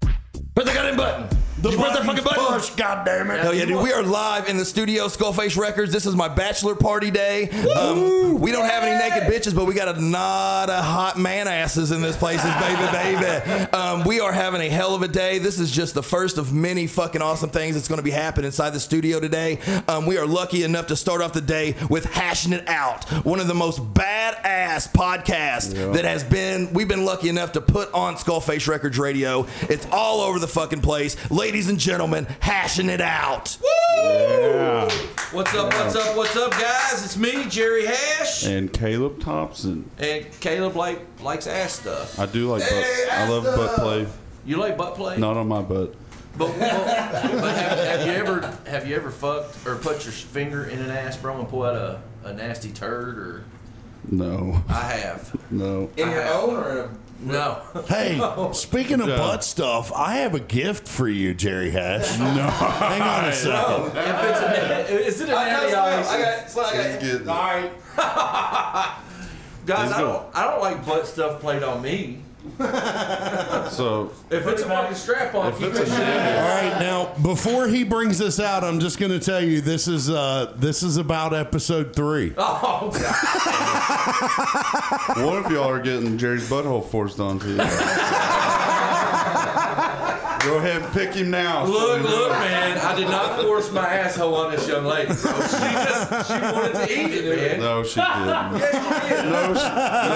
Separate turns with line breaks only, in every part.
the goddamn button. Did you press that fucking button.
Push, goddamn it.
Hell yeah, dude. We are live in the studio, Skullface Records. This is my bachelor party day. Um, we don't have any naked bitches, but we got a lot of hot man asses in this place, baby, baby. Um, we are having a hell of a day. This is just the first of many fucking awesome things that's going to be happening inside the studio today. Um, we are lucky enough to start off the day with Hashing It Out, one of the most badass podcasts that has been, we've been lucky enough to put on Skullface Records Radio. It's all over the fucking place. Ladies and gentlemen, Hashing It Out.
Yeah.
What's up, what's up, what's up, guys? It's me, Jerry Hash.
And Caleb Thompson.
And Caleb like likes ass stuff.
I do like butt. I love butt play.
You like butt play?
Not on my butt.
But, but, but have, have you ever have you ever fucked or put your finger in an ass, bro, and pull out a, a nasty turd or
No.
I have.
No.
In your own or in
No.
Hey, speaking of
Yeah.
butt stuff, I have a gift for you, Jerry Hash.
No.
Hang on a second.
If it's a, is it a
I got
natty
smell.
ice?
I got smell. I
Let's get it.
got. All right.
Guys,
Let's
I
go.
don't, I don't like butt stuff played on me.
So
If it's a fucking strap on,
if it's a
All
natty,
right, now before he brings this out, I'm just going to tell you this is uh this is about episode three.
Oh, God.
what if y'all are getting Jerry's butthole forced onto you? Go ahead and pick him now.
Look, look, man. I did not force my asshole on this young lady, bro. She just, she wanted to eat it, man.
No, she didn't.
Yes, she did.
No, she,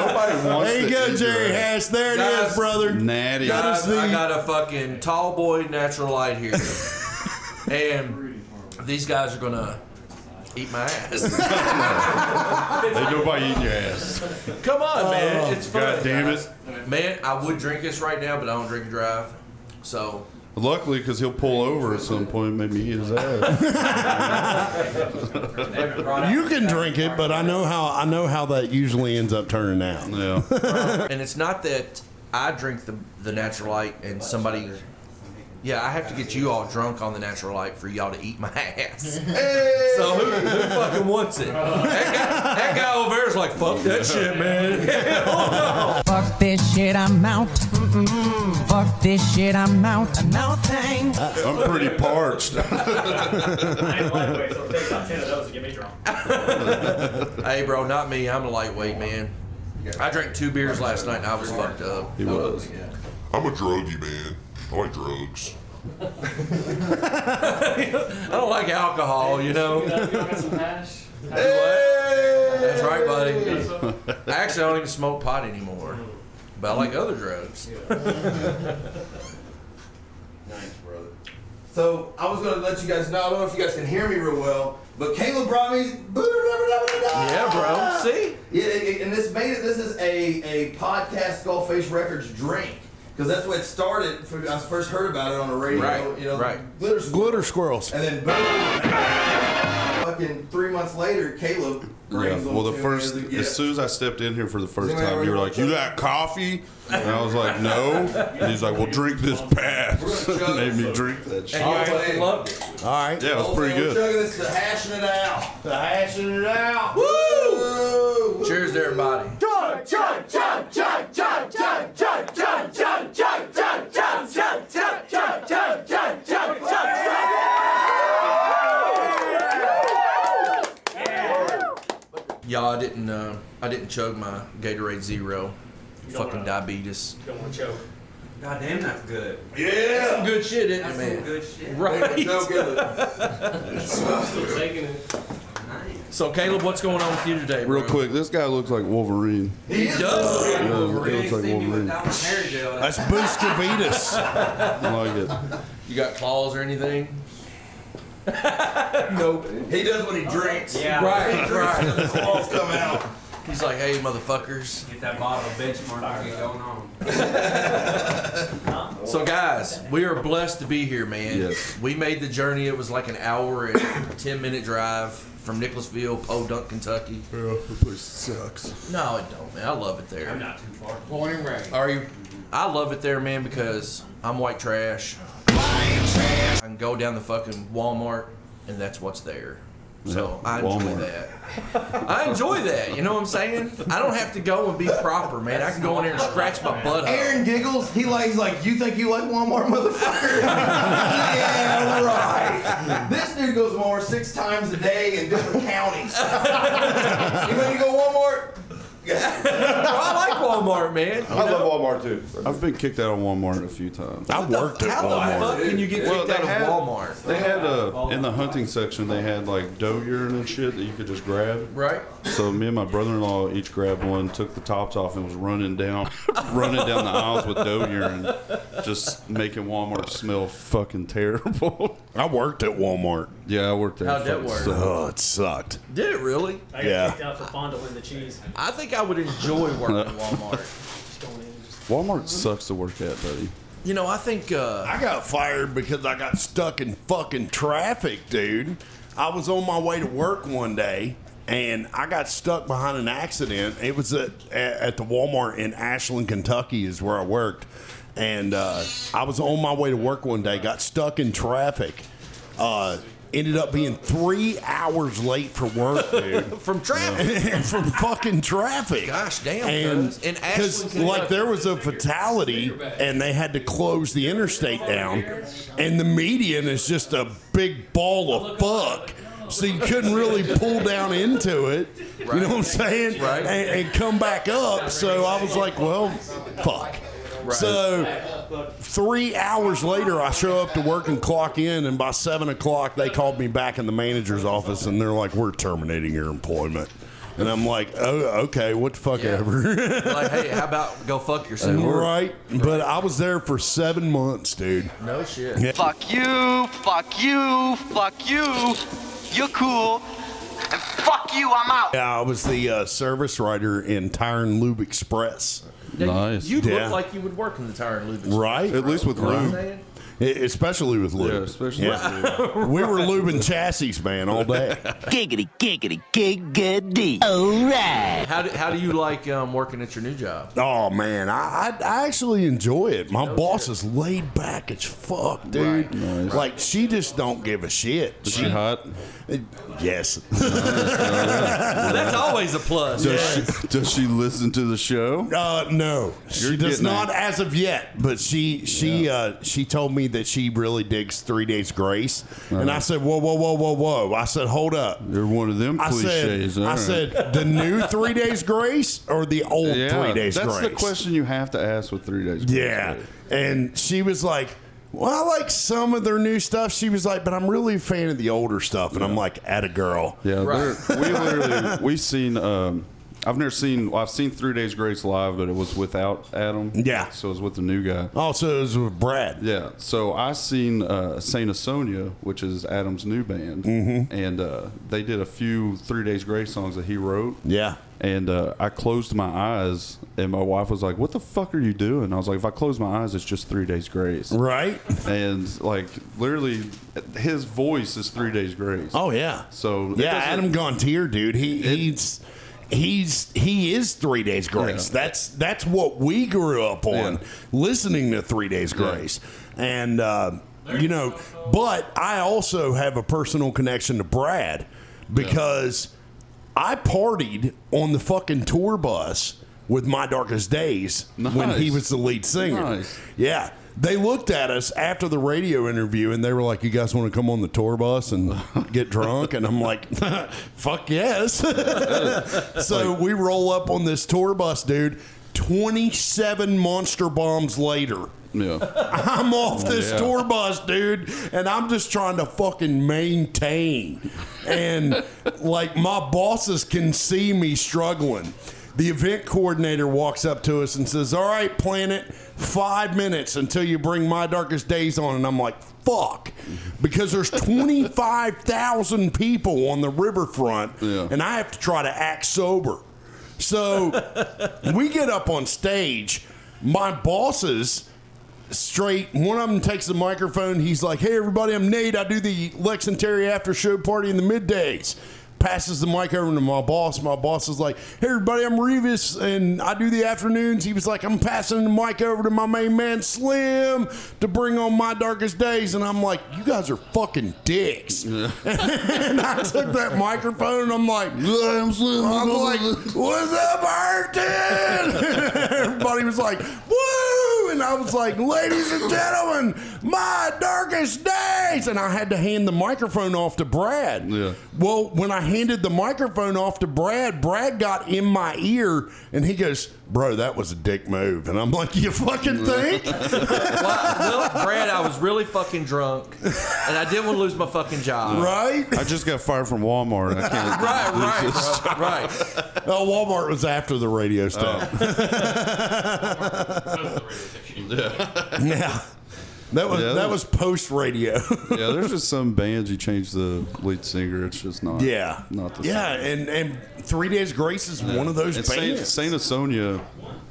nobody wants.
There you
to
go,
eat
Jerry
her.
Hash. There it
Guys.
is, brother.
Natty.
Got
Guys,
us the-
I got a fucking tall boy natural light here, and these guys are gonna eat my ass.
They go by eating your ass.
Come on, man,
Oh,
it's fun.
God damn it.
it, man! I would drink this right now, but I don't drink and drive, so
Luckily, because he'll pull over at some point and make me eat his ass.
You can drink it, but I know how I know how that usually ends up turning out.
yeah.
and it's not that I drink the the natural light and somebody. Yeah, I have to get you all drunk on the natural light for y'all to eat my ass. So who, who fucking wants it? That
Oh.
guy, that guy over there is like, fuck that shit, man. Hell no.
Fuck this shit, I'm out. Fuck this shit, I'm out. No thanks.
I'm pretty parched.
I am lightweight, so it'll take about 10 of those to get me drunk.
Hey, bro, not me. I'm a lightweight man. I drank two beers last night and I was fucked up.
He was.
I'm a druggy man. I like drugs.
I don't like alcohol, you know.
You want some hash?
That's right, buddy. Actually, I don't even smoke pot anymore, but I like other drugs.
Nice, brother. So I was gonna let you guys know. I don't know if you guys can hear me real well, but Caleb brought me.
Yeah, bro.
Yeah,
See,
Yeah, it- it- and this made it. This is a a podcast Skullface Records drink because that's what it started. For, I first heard about it on the radio.
Right,
You know,
right.
Glitter Squad.
Glitter squirrels.
And then boom, fucking three months later, Caleb.
Yeah.
brings them
Well, the
to me
first,
a
as
gift.
soon as I stepped in here for the first
Does anybody
time, you were
want
like, "You got coffee?" And I was like, "No." And he's like, "Well, drink this pass."
We're gonna
Made
chug
me drink that shit.
and you fucking loved it.
All right.
Yeah, it was pretty
We're
good.
chugging this to hashing it out. To hashing it out.
Woo!
Woo!
Cheers, to everybody. Y'all, I didn't. Uh, I didn't chug my Gatorade Zero. Fucking
wanna-
diabetes.
You don't want to choke.
God damn, that's good.
Yeah!
Good shit, isn't it,
Some
man?
good shit.
Right.
No good.
Still taking it.
So, Caleb, what's going on with you today, bro?
Real quick, this guy looks like Wolverine.
He does.
Yeah, he looks like
see me with
Wolverine.
that one hair gel.
That's Buscavitas.
I like it.
You got claws or anything? nope.
He does when he drinks.
Yeah.
Right, right.
Claws come out.
He's like, hey, motherfuckers.
Get that bottle of benchmark and get going on.
So, guys, we are blessed to be here, man.
Yes.
We made the journey. It was like an hour and 10 minute drive from Nicholasville, Podunk, Kentucky.
sucks.
No, it don't, man. I love it there.
I'm not too far.
Morning rain.
Are you? I love it there, man, because I'm white trash. I can go down the fucking Walmart, and that's what's there. So
Yeah,
I enjoy
Walmart.
that. I enjoy that. You know what I'm saying? I don't have to go and be proper, man. I can go in there and scratch my butt up.
Aaron giggles. He likes like you think you like Walmart, motherfucker. yeah, right. This dude goes to Walmart six times a day in different counties. you ready to go Walmart?
I like Walmart, man.
I love Walmart too.
I've been kicked out of Walmart a few times.
I worked at
How the
Walmart.
fuck can you get
Well,
kicked out
they
of
had-
Walmart?
They had uh, in the hunting section. They had like doe urine and shit that you could just grab.
Right?
So me and my brother-in-law each grabbed one, took the tops off, and was running down, running down the aisles with doe urine, just making Walmart smell fucking terrible.
I worked at Walmart.
yeah, I worked there.
How'd that
Fucking
work?
sucked.
Oh, it sucked.
Did it really?
I got
Yeah.
kicked out for fondling the cheese.
I think I would enjoy working at Walmart.
Just going in and just
Walmart sucks to work at, buddy.
You know, I think uh,
I got fired because I got stuck in fucking traffic, dude. I was on my way to work one day and I got stuck behind an accident. It was at, at the Walmart in Ashland, Kentucky, is where I worked. And uh, I was on my way to work one day, got stuck in traffic. Uh, ended up being three hours late for work, dude.
from traffic.
from fucking traffic.
Gosh damn,
And
cuz. In
because
Ashland,
like there was a fatality, and they had to close the interstate down, and the median is just a big ball of fuck. So you couldn't really pull down into it, you know what I'm saying?
Right.
And, and come back up. So I was like, well, fuck. So three hours later, I show up to work and clock in, and by seven o'clock, they called me back in the manager's office, and they're like, "We're terminating your employment." And I'm like, "Oh, okay, what the fuck
Yeah.
ever."
Like, hey, how about go fuck yourself?
right, but I was there for seven months, dude.
No shit.
Fuck you, fuck you, fuck you. You're cool. And fuck you, I'm out.
Yeah, I was the uh, service writer in Tire and Lube Express.
Now, you-
Nice.
You,
Yeah.
look like you would work in the tire and lube. Express,
Right,
At least with
you know what I'm
room.
saying?
E- especially with lube.
Yeah, especially
Yeah. we were lubing chassis, man, all day.
Giggity, giggity, giggity. Alright.
How do, how do you like um, working at your new job?
Oh man, I, I I actually enjoy it. My boss is laid back as fuck, dude. Like she just don't give a shit. Uh,
Is she hot?
yes.
That's always a plus.
Does, she, does she listen to the show?
Uh, no, she does
getting
not
it.
as of yet. But she she uh, she told me that she really digs Three Days Grace, and I said, whoa, whoa, whoa, whoa, whoa. I said, hold up.
Uh-huh. You're one of them
I
cliches.
said, I
all right.
said, the new Three Days Grace or the old
Yeah,
Three Days
That's
Grace?
the question you have to ask with three days. Grace,
Yeah.
right?
And she was like, well, I like some of their new stuff. She was like, but I'm really a fan of the older stuff. And I'm like, at a girl.
Yeah,
Right.
they're- we literally we've seen. Um, I've never seen. I've seen Three Days Grace live, but it was without Adam.
Yeah.
so it was with the new guy.
Also, it was with Brad.
Yeah, so I seen uh, Saint Asonia, which is Adam's new band,
Mm-hmm.
and uh, they did a few Three Days Grace songs that he wrote.
Yeah.
And uh, I closed my eyes, and my wife was like, "What the fuck are you doing?" I was like, "If I close my eyes, it's just Three Days Grace."
Right?
And like literally, his voice is Three Days Grace.
Oh, yeah.
So it
yeah,
doesn't-
Adam Gontier, dude. He, he's. He's he is three days grace.
Yeah.
That's that's what we grew up on
Yeah.
listening to three days grace, and uh, you know. But I also have a personal connection to Brad because I partied on the fucking tour bus with My Darkest Days when he
Nice.
was the lead singer.
Nice.
Yeah. They looked at us after the radio interview and they were like, You guys want to come on the tour bus and get drunk? And I'm like, Fuck yes. so we roll up on this tour bus, dude. 27 monster bombs later.
yeah.
I'm off this
Yeah.
tour bus, dude, and I'm just trying to fucking maintain. And like my bosses can see me struggling. The event coordinator walks up to us and says, "All right, Planet, five minutes until you bring My Darkest Days on." And I'm like, "Fuck," because there's 25,000 people on the riverfront,
Yeah.
and I have to try to act sober. So we get up on stage. My bosses straight. One of them takes the microphone. He's like, "Hey, everybody, I'm Nate. I do the Lex and Terry after show party in the middays." passes the mic over to my boss. My boss is like, "Hey, everybody, I'm Revis, and I do the afternoons." He was like, "I'm passing the mic over to my main man Slim to bring on my darkest days," and I'm like, "You guys are fucking dicks." and I took that microphone, and I'm like, "I'm Slim." I'm like, "What's up, Arton?" Everybody was like, "Woo!" And I was like, "Ladies and gentlemen, my darkest days." And I had to hand the microphone off to Brad.
Yeah.
Well, when I handed the microphone off to Brad, Brad got in my ear and he goes, Bro, that was a dick move. And I'm like, You fucking think?
well, Brad, I was really fucking drunk, and I didn't want to lose my fucking job.
right?
I just got fired from Walmart. I can't.
Right, right, bro, right.
Oh, Walmart was after the
Oh.
radio stuff. yeah. That was
Yeah, that
that was
was-
post radio.
Yeah, there's just some bands you change the lead singer. It's just not.
yeah.
Not the
yeah,
same.
and and Three Days Grace is one of those
And Saint,
bands.
Saint Asonia,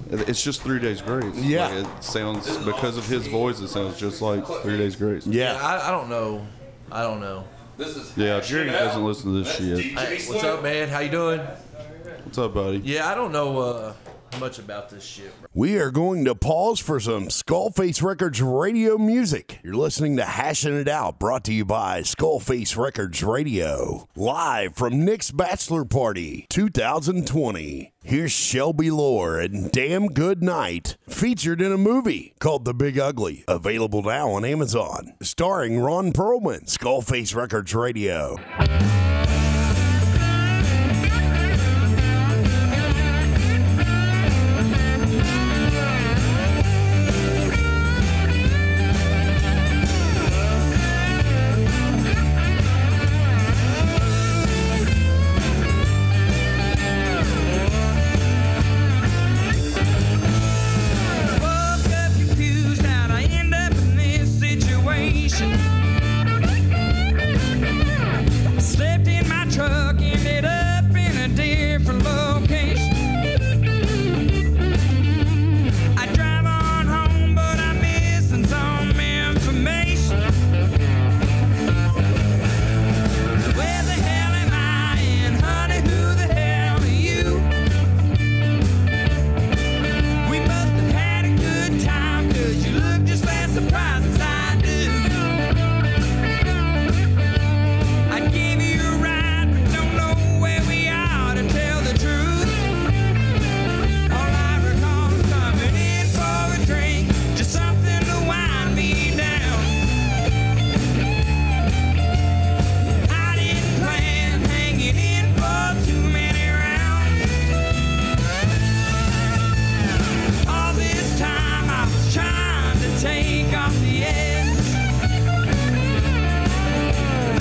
it's just Three Days Grace.
Yeah.
Like, it sounds because of his voice. It sounds just like Three Days Grace.
yeah.
I, I don't know. I don't know.
Yeah, Jerry doesn't listen to this shit.
Hey, what's up, man? How you doing?
What's up, buddy?
Yeah, I don't know uh, much about this shit, bro.
We are going to pause for some Skullface Records radio music. You're listening to Hashing It Out, brought to you by Skullface Records Radio, live from Nick's Bachelor Party 2020. Here's Shelby Lore and Damn Good Night, featured in a movie called The Big Ugly, available now on Amazon, starring Ron Perlman, Skullface Records Radio.
Fucked up, confused, how'd I end up in this situation? Slept in my truck, ended up in a different location. I drive on home, but I'm missing some information. Where the hell am I? And honey, who the hell are you? We must have had a good time, cause you look just as surprised as I do. I gave you a ride, but don't know where we are to tell the truth. All I recall is coming in for a drink, just something to wind me down. I didn't plan hanging in for too many rounds. All this time I was trying to take off the edge.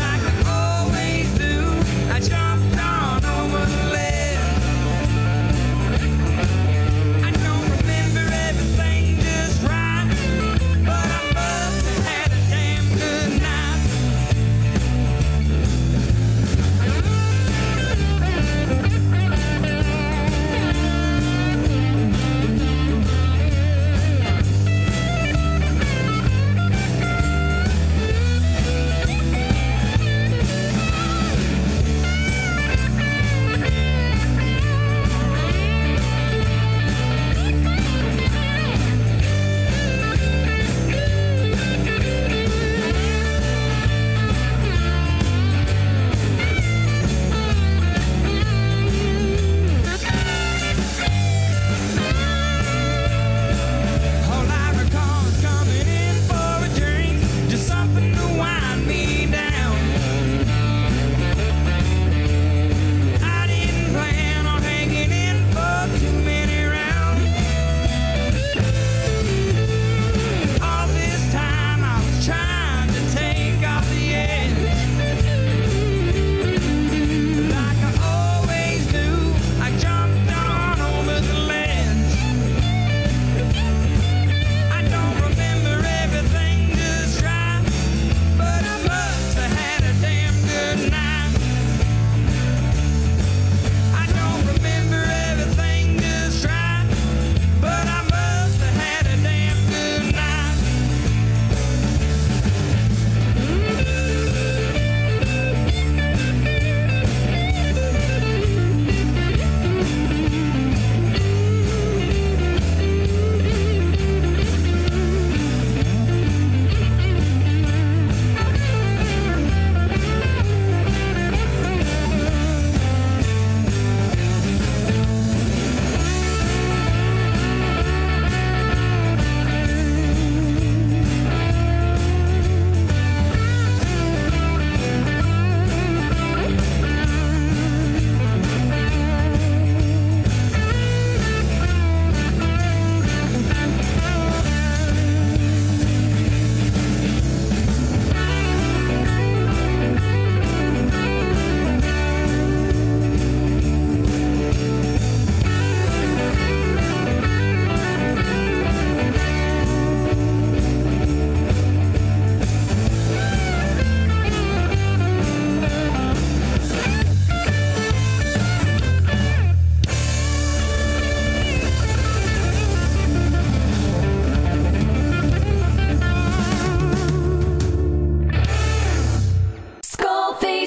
Like I always do, I jumped on over the ledge. I don't remember everything just right, but I must have had a damn good night.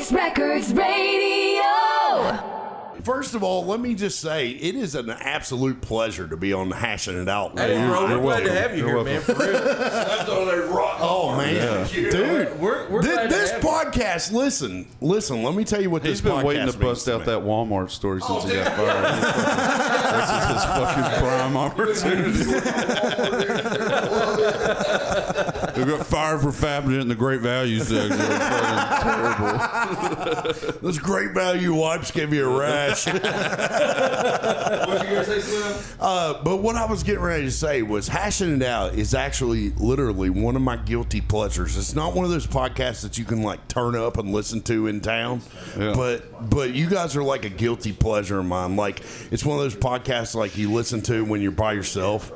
Sports Radio.
First of all, let me just say it is an absolute pleasure to be on Hashing It Out.
Hey,
with you.
bro, we're
You're
glad to
welcome.
have you
You're
here, man. For
welcome.
real.
Oh man,
Yeah.
dude,
We're- we're
thi-
glad to
this
have you.
podcast. Listen, listen. Let me tell you what
He's
this
been
podcast
waiting to bust
means
out that Walmart story since he got
Oh,
fired. this is his fucking prime opportunity. we got fired for fapping it in the great value section. Fucking
to me. This great value wipes gave me a rash.
What you gonna say, Slim?
Uh, but what I was getting ready to say was hashing it out is actually literally one of my guilty pleasures. It's not one of those podcasts that you can like turn up and listen to in town,
Yeah.
but but you guys are like a guilty pleasure of mine. Like it's one of those podcasts like you listen to when you're by yourself.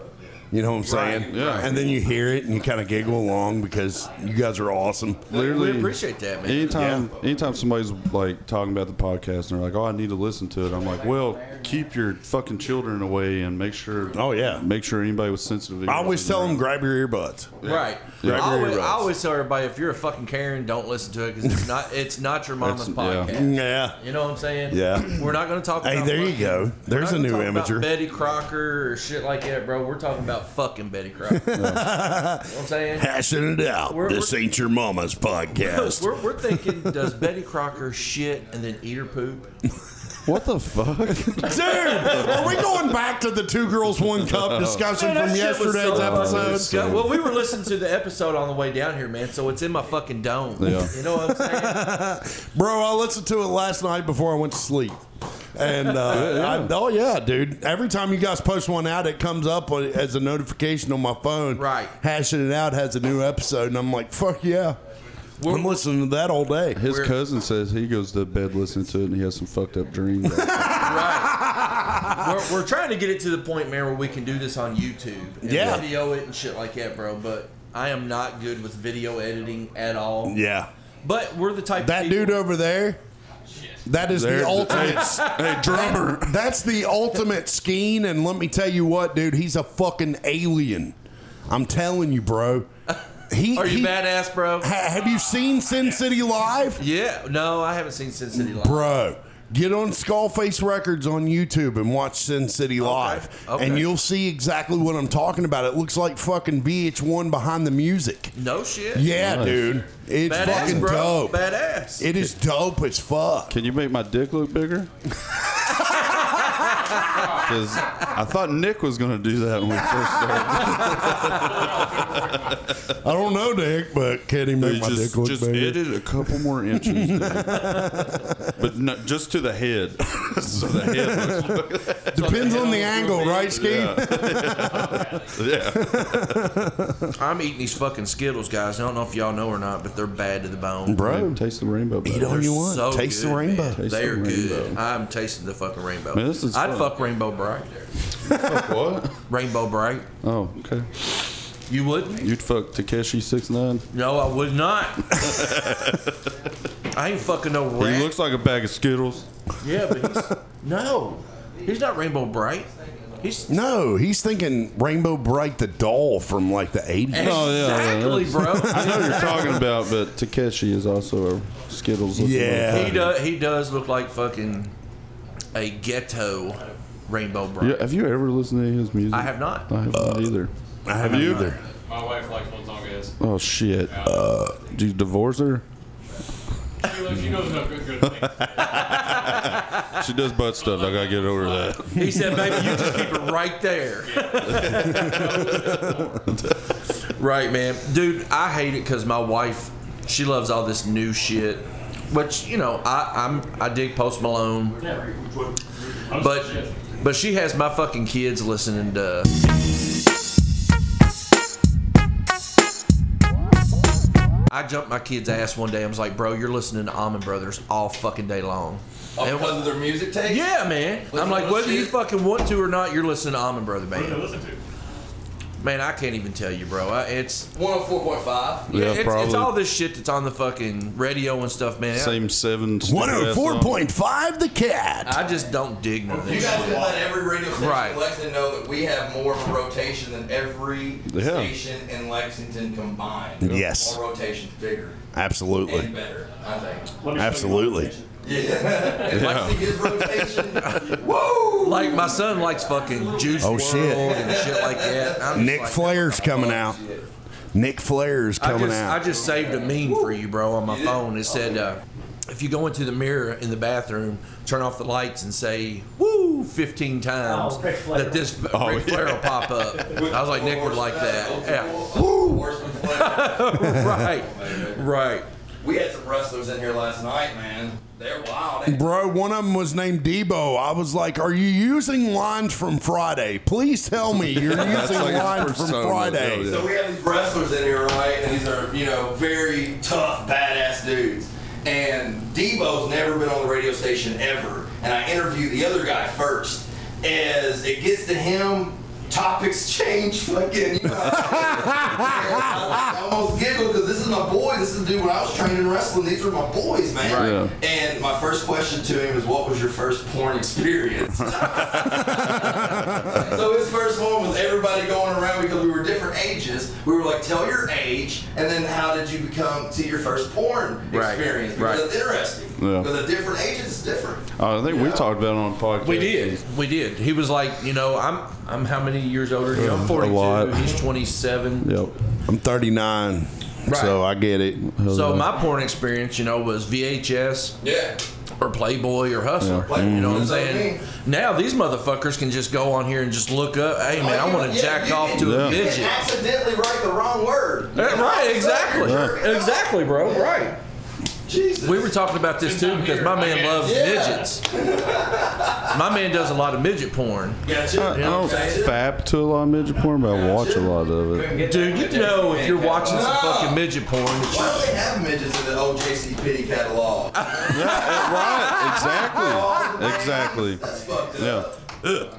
You know what I'm saying?
yeah.
And then you hear it and you kind of giggle along because you guys are awesome.
Literally,
We appreciate that, man.
Anytime, anytime somebody's like talking about the podcast and they're like, "Oh, I need to listen to it," I'm like, "Well, keep your fucking children away and make sure."
Oh, yeah.
make sure anybody with sensitive. ears
I always
isn't
tell
around.
them grab your earbuds.
Right.
Yeah.
I, always,
Right.
I always tell everybody if you're a fucking Karen, don't listen to it because it's not it's not your mama's
It's- yeah.
podcast.
Mm, Yeah.
You know what I'm saying?
Yeah.
We're not going to talk.
Hey,
about
there you
fucking-
go.
we're
There's
not
a new
gonna talk about
imager.
Betty Crocker or shit like that, bro. We're talking about fucking Betty Crocker. you know what I'm saying?
Hashing it out.
We're-
this
we're-
ain't your mama's podcast.
We're, we're thinking, does Betty Crocker shit and then eat her poop?
What the fuck?
Dude, are we going back to the two girls one cup discussion from yesterday's episode?
Yeah, well, we were listening to the episode on the way down here, man, so it's in my fucking dome.
Yeah.
You know what I'm saying?
Bro, I listened to it last night before I went to sleep. And uh, I- oh yeah, dude! Every time you guys post one out, it comes up on- as a notification on my phone.
Right.
hashing it out has a new episode, and I'm like, fuck yeah! I'm listening to that all day.
His cousin says he goes to bed listening to it and he has some fucked up dreams.
Right. we're, we're trying to get it to the point, man, where we can do this on YouTube. And
Yeah.
Video it and shit like that, bro. But I am not good with video editing at all.
Yeah,
But we're the type
that
of
dude
people,
over there. That is
There's
the
the-
ultimate.
hey, drummer.
That's the ultimate scheme, and let me tell you what, dude, he's a fucking alien. I'm telling you, bro. He,
Are you
he-
badass, bro?
Ha- have you seen Sin City live,
Yeah. No, I haven't seen Sin City Live.
bro? Get on Skullface Records on YouTube and watch Sin City live,
okay.
and you'll see exactly what I'm talking about. It looks like fucking VH1 behind the music.
No shit.
Yeah, dude, it's
Badass,
fucking
bro.
dope.
Badass.
It is dope as fuck.
Can you make my dick look bigger? Because I thought Nick was going to do that when we first started.
I don't know, Dick, but can he make my
just
dick look
just
bigger?
edit a couple more inches, dude. but no, just to the head. so the head looks
Depends on the angle, right, Ski?
I'm eating these fucking Skittles, guys. I don't know if y'all know or not, but they're bad to the bone.
Bro,
Taste the rainbow.
Eat
buddy.
all you
They're
want.
so
Taste the
good,
rainbow.
man.
Taste
they
the
are good.
rainbow.
I'm tasting the fucking rainbow.
Man, this is
I'd
fun.
fuck Rainbow Bright.
What?
Rainbow Bright.
Oh, okay.
You wouldn't?
You'd fuck Takeshi six nine.
No, I would not. I ain't fucking no
He
rat.
looks like a bag of Skittles.
yeah, but he's no. He's not Rainbow Bright. He's
No, he's thinking Rainbow Bright the doll from like the 80s.
Oh, yeah, yeah,
exactly,
I know
bro.
what you're talking about, but Takeshi is also a Skittles. looking
Yeah.
motherfucker.
he does. He does look like fucking a ghetto Rainbow Bright.
Yeah, have you ever listened to any of his music?
I have not.
I have not either.
I haven't either.
My wife likes one song of his.
Oh shit! Uh, do you divorce her?
She, loves, she knows no good, good thing.
She does butt stuff. I gotta get over that.
He said, "Baby, you just keep it right there." right, man, dude. I hate it because my wife, she loves all this new shit, which you know I, I'm I dig Post Malone, but but she has my fucking kids listening to. I jumped my kid's ass one day. I was like, "Bro, you're listening to Almond Brothers all fucking day long." And-
Oh, Because of their music taste?
yeah, man. I'm like,
to
whether you
shit?
fucking want to or not, you're listening to Almond Brother
To
Band.
listen to.
Man, I can't even tell you, bro. I, it's,
104.5.
Yeah,
it's
probably.
it's all this shit that's on the fucking radio and stuff, man.
Same seven. stupid ass song.
104.5 The Cat.
I just don't dig none of
You
this
guys
shit.
can let every radio station
Right.
in Lexington know that we have more of a rotation than every
Yeah.
station in Lexington combined.
Yes.
Our rotation's bigger
Absolutely.
and better, I think.
Let me show you
Absolutely.
one
Yeah.
Yeah. See his rotation.
Whoa! Like my son likes fucking Juice
Oh,
World
shit.
and shit like that. I'm just
Nick
like,
Flair's coming out. Nick Flair's
I
coming
just,
out.
I just saved a meme for you, bro, on my phone. It said, uh, if you go into the mirror in the bathroom, turn off the lights and say "woo" fifteen times,
Oh, Ric Flair.
that this
Oh,
Ric Flair will pop up. I was like, Nick would like that. Yeah. right, right.
We had some wrestlers in here last night, man. They're wild.
Bro, one of them was named Debo. I was like, "Are you using lines from Friday? Please tell me you're using
That's like his
lines from
persona, Oh,
Friday."
yeah, yeah.
So we have these wrestlers in here, right? And these are, you know, very tough, badass dudes. And Debo's never been on the radio station ever. And I interview the other guy first. As it gets to him, topics change fucking, you know. I almost giggle because this is my boy. This is the dude when I was training in wrestling. These were my boys, man.
Right.
And my first question to him is, what was your first porn experience? so his first one was everybody going around because we were different ages. We were like, tell your age, and then how did you become to your first porn
Right,
experience? Because
right.
that's interesting.
Yeah.
Because a different age is different.
Uh, I think we talked about it on the podcast.
We did. We did. He was like, you know, I'm I'm how many years older? than you? I'm
A
42.
lot.
He's 27.
Yep.
I'm 39, so I get it.
So my porn experience, you know, was VHS.
Yeah.
Or Playboy or Hustler.
Yeah.
You know what I'm
Mhm.
saying? Now these motherfuckers can just go on here and just look up. Hey man, I
you-
want to
Oh, yeah,
jack
you
off
can-
to a
you can
midget.
accidentally write the wrong word.
Eh, Right, exactly. Exactly, bro. Right.
Jesus.
We were talking about this too because my man loves
Yeah.
midgets. My man does a lot of midget porn.
Gotcha.
I, I don't fap to a lot of midget porn, but I watch a lot of it.
Dude, you know if you're watching some fucking midget porn.
Why do they have midgets in the old JCPenney catalog?
right, exactly, exactly. Yeah.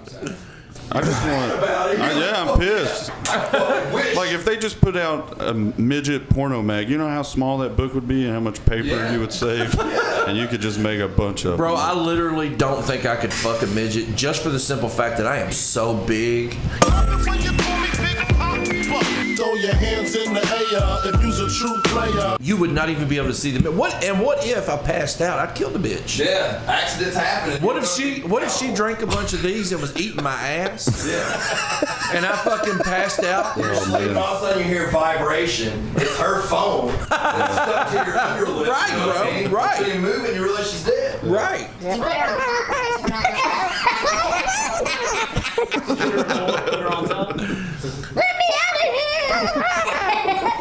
I just want. I, yeah, I'm pissed. Like if they just put out a midget porno mag, you know how small that book would be and how much paper
Yeah.
you would save, and you could just make a bunch of.
Bro,
them.
I literally don't think I could fuck a midget just for the simple fact that I am so big.
Throw your hands in the air if you's a true player.
You would not even be able to see the what and what if I passed out? I'd kill the bitch.
Yeah, accidents happen.
What if she what if she drank a bunch of these and was eating my ass? Yeah. And I fucking passed out.
You're
Oh,
sleeping, all of a sudden you hear vibration. It's her phone that's stuck to your underlip.
Right,
you know what I
bro,
mean?
right.
So you move and you realize she's dead.
Right.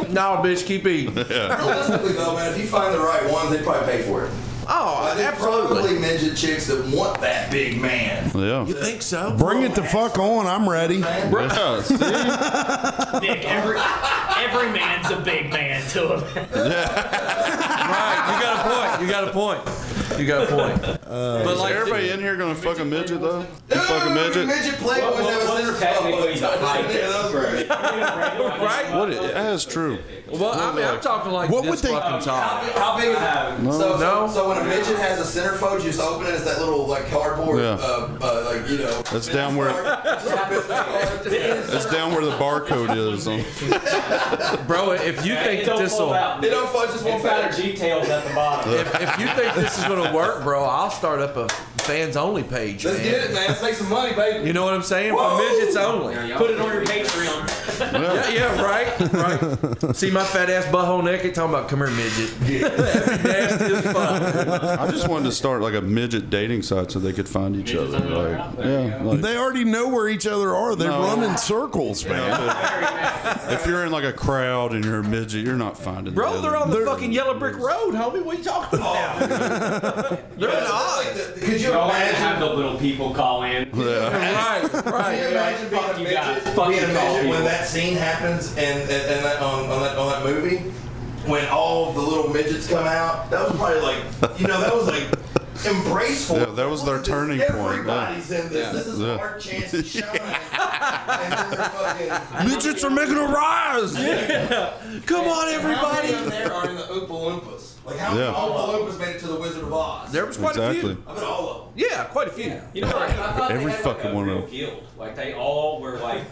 No, bitch, keep eating.
Realistically, though, man, if you find the right ones, they probably pay for it.
Oh,
there's probably midget chicks that want that big man.
Yeah.
You think so?
Bring it the fuck on. I'm ready.
Yeah, see?
Nick, every every man's a big man to him.
You got a point. You got a point. You got a point.
Is everybody in here gonna fuck a midget though? You fuck a midget?
Midget playboys have a center phone. Yeah, those are great.
Right?
What? i- That is true.
Well, I mean, I'm talking like
What
this
would they-
fucking
How,
time.
big- how big is that?
No.
So, so, so when a midget has a centerfold, you just open it. It's that little like cardboard,
Yeah.
uh, uh, like you know.
That's down where that's down where the barcode is. um. On.
Bro, if you think
It don't
this
fall
will
out.
They don't fudge just one
It's got a
fatter.
G tails at the bottom.
if, if you think this is gonna work, bro, I'll start up a fans only page,
Let's
man.
get it, man. Let's make some money, baby.
You know what I'm saying? For midgets only.
Put it on your Patreon.
Yeah, yeah, right, right. See my fat ass butthole naked talking about come here, midget. Nasty as fuck.
I just wanted to start like a midget dating site so they could find each other. Like, yeah. Like,
They already know where each other are. They
No.
run in circles, man.
if you're in like a crowd and you're a midget, you're not finding. the
Bro,
other
they're on the
midget.
fucking yellow brick road, homie. What are you talking about? they're in Oz.
Could you
Y'all ain't
imagine?
have the little people call in.
Yeah.
Right,
Can you
right.
imagine being a
Fuck you guys.
midget?
Fuck
Being a
you guys,
midget when
people.
that scene happens and and, and that, um, on that on that movie, when all the little midgets come out, that was probably like you know that was like. Embraceful.
Yeah, that was their turning point, yeah.
Everybody's in this. This is
Yeah.
our chance to shine. and then they're fucking.
Midgets are making a rise.
Come on, everybody.
How many of them there are in the Oompa Loompas? Like how
Yeah.
many Oompa Loompas made it to the Wizard of Oz?
There was quite a
Exactly.
few.
I bet all of them.
Yeah, quite a few.
You know, like, I thought
Every
they had,
fucking
like, a
one of
real
them.
Guild. Like they all were like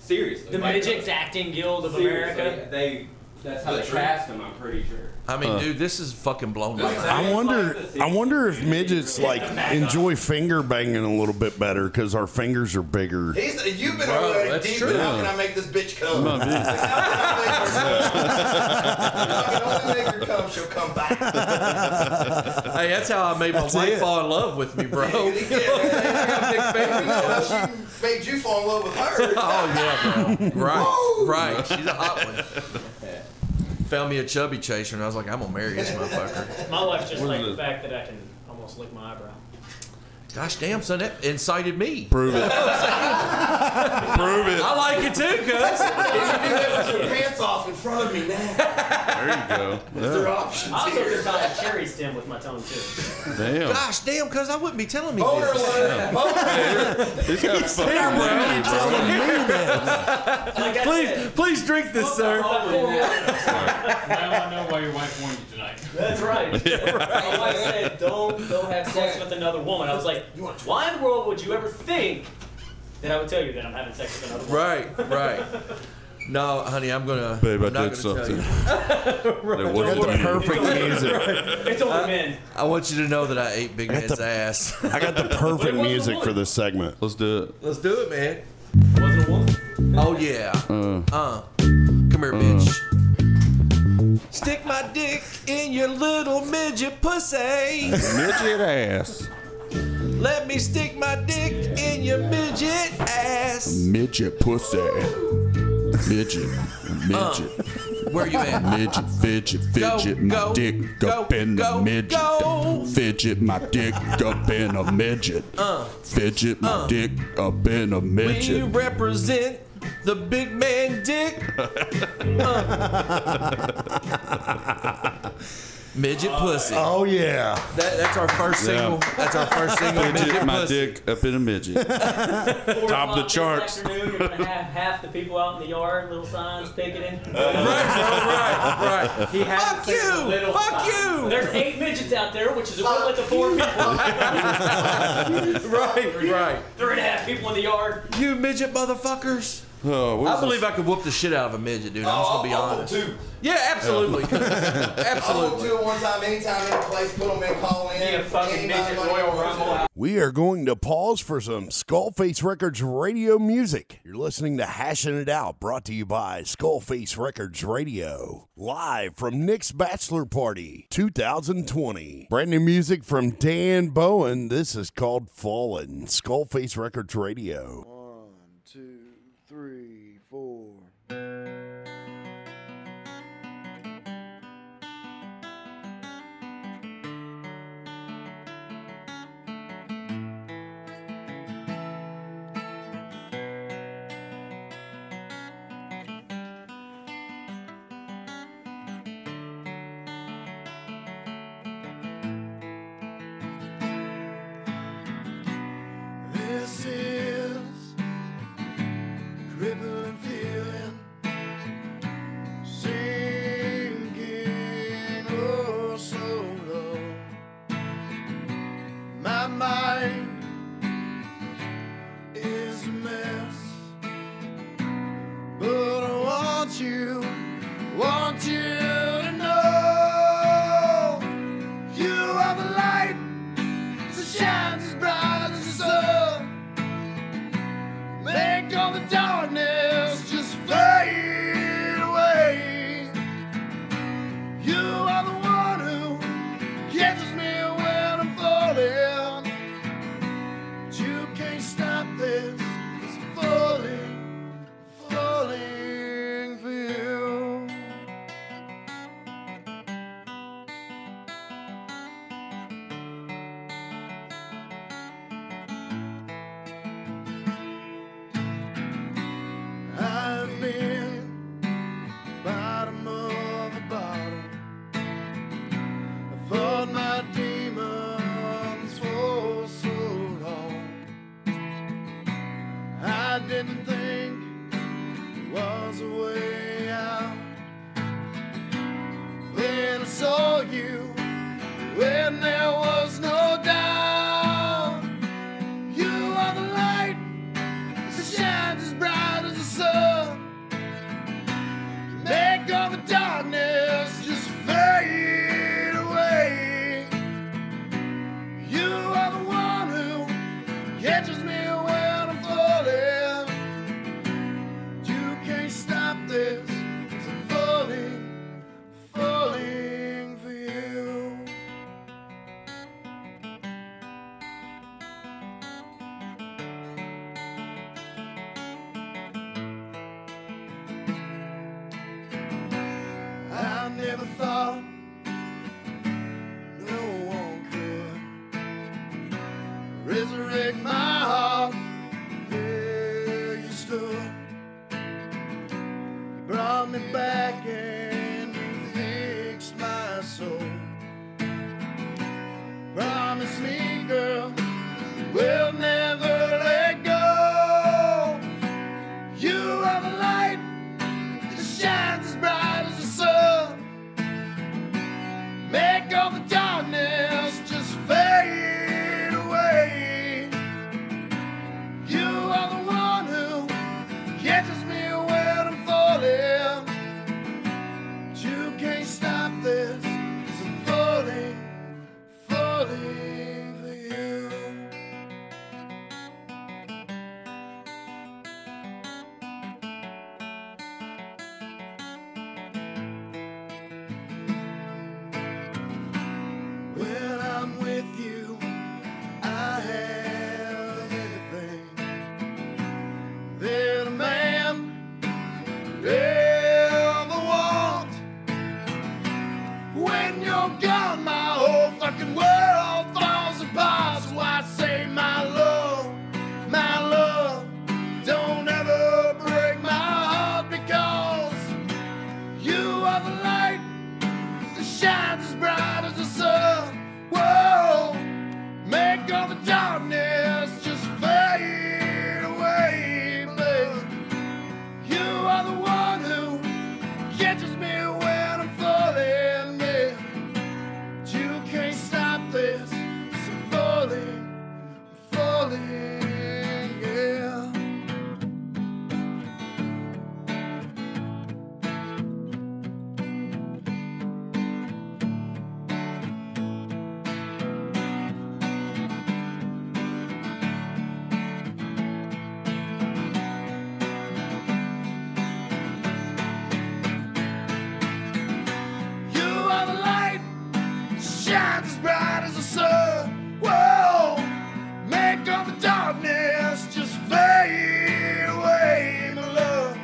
seriously.
The
like,
uh, Midgets Acting Guild of
seriously,
America.
They
That's how they cast him. I'm pretty sure.
I mean,
Huh.
dude, this is fucking blown. my mind.
I wonder. I wonder if midgets like enjoy finger banging a little bit better because our fingers are bigger.
He's, you've been
Bro,
over there
that's
deep.
true.
How
Yeah.
can I make this bitch come?
Come on, bitch.
Like, how can I make her come? I can only make her come. She'll come back.
hey, that's how I made my
That's
wife
it.
fall in love with me, bro.
You know how she made you fall in love with her.
oh yeah, bro. Right, right. She's a hot one. Found me a chubby chaser, and I was like, I'm gonna marry this motherfucker.
My wife just
What is
liked the
it?
fact that I can almost lick my eyebrow.
Gosh damn, son, that incited me.
Prove it.
Prove
it.
I like it too, cuz.
Your pants off in front of me now.
There you go. Yeah.
I also just tied a cherry stem with my tongue too.
Damn.
Gosh damn, cuz I wouldn't be telling me
Boner
this.
alert,
He's got a fucking
Damn, bro.
brownie, bro.
please, please drink this, sir.
Now I know why your wife warned you tonight.
That's right. My wife said, "Don't don't have sex with another woman." I was like, "Why in the world would you ever think that I would tell you that I'm having sex with another woman?"
Right, right. No, honey, I'm gonna.
Babe, I
I'm not
did
gonna tell
something.
you.
That wasn't
Don't
me.
worry.
Perfect
It's only-
music.
It's only
I-
men.
I want you to know that I ate Big Man's ass.
I got the perfect music for this segment.
Let's do it.
Let's do it, man. Oh yeah. Uh. Come here,
Uh.
bitch. Stick my dick in your little midget pussy.
Midget ass.
Let me stick my dick in your midget ass.
Midget pussy. Midget. Midget.
Uh, Where you at?
Midget, fidget,
Go,
fidget, my
go,
dick
go,
up in
go,
the midget.
go.
Fidget, my dick up in a midget.
Uh.
Fidget, my
Uh.
dick up in a
We
midget.
represent the big man dick. Midget pussy.
Oh yeah.
That, that's our first
Yeah.
single. That's our first single.
Fidget,
Midget
my
pussy.
dick up in a midget. Top of the charts.
Afternoon, you're gonna have half the people out in the yard, little signs picketing.
Right.
He has
Fuck
to say the
you!
little
Fuck
sign.
you!
There's eight midgets out there, which is equivalent to four people.
right, right.
Three and a half people in the yard.
You midget motherfuckers.
Oh, what
I
was
believe
this?
I could whoop the shit out of a midget, dude. I'm just gonna be honest. Yeah, absolutely.
I want
absolutely.
to one time, anytime, any place, put them in, call in. Yeah, fucking midget Royal Rumble.
We are going to pause for some Skullface Records radio music. You're listening to Hashing It Out, brought to you by Skullface Records Radio, live from Nick's Bachelor Party 2020. Brand new music from Dan Bowen. This is called Fallen, Skullface Records Radio.
Three, four.
This is crippling feeling, sinking oh so low. My mind is a mess, but I want you, want you to know you are the light so shines as bright as the sun. Make all the darkness just fade away. You are the one who catches me when I'm falling. But you can't stop this. It's falling, falling for you. I've been bottom of the bottle. I fought my demons for so long. I didn't think there was a way out. Then I saw you when there was no doubt. You are the light shines as bright as the sun. Make all the dark never thought no one could resurrect my heart. There you stood. You brought me back and you fixed my soul. Promise me, girl, we'll never let go. You are the light that shines as bright as the sun. Make all the darkness just fade away. You are the one who catches me when I'm falling. But you can't stop this. 'cause I'm falling, falling for you. When I'm with you, I have everything. That a man could ever want. When you're gone, my whole fucking world falls apart. So I say, my love, my love, don't ever break my heart because you are the light that shines as bright as the sun. Whoa, make all the darkness just fade away. Please. You are the one who catches me when I'm falling. Yeah. But you can't stop this. So I'm falling, falling, yeah. You are the light, shines as bright as the sun. Whoa, make all the darkness just fade away, my love.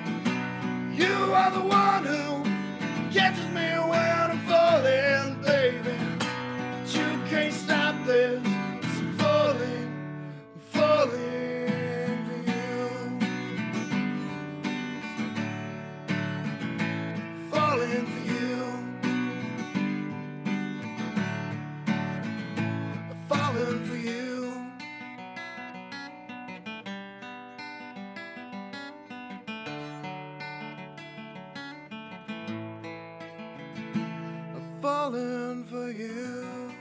You are the one who catches me when I'm falling, baby. But you can't stop this. I'm falling, I'm falling for you. Falling for you. falling for you. Falling for you.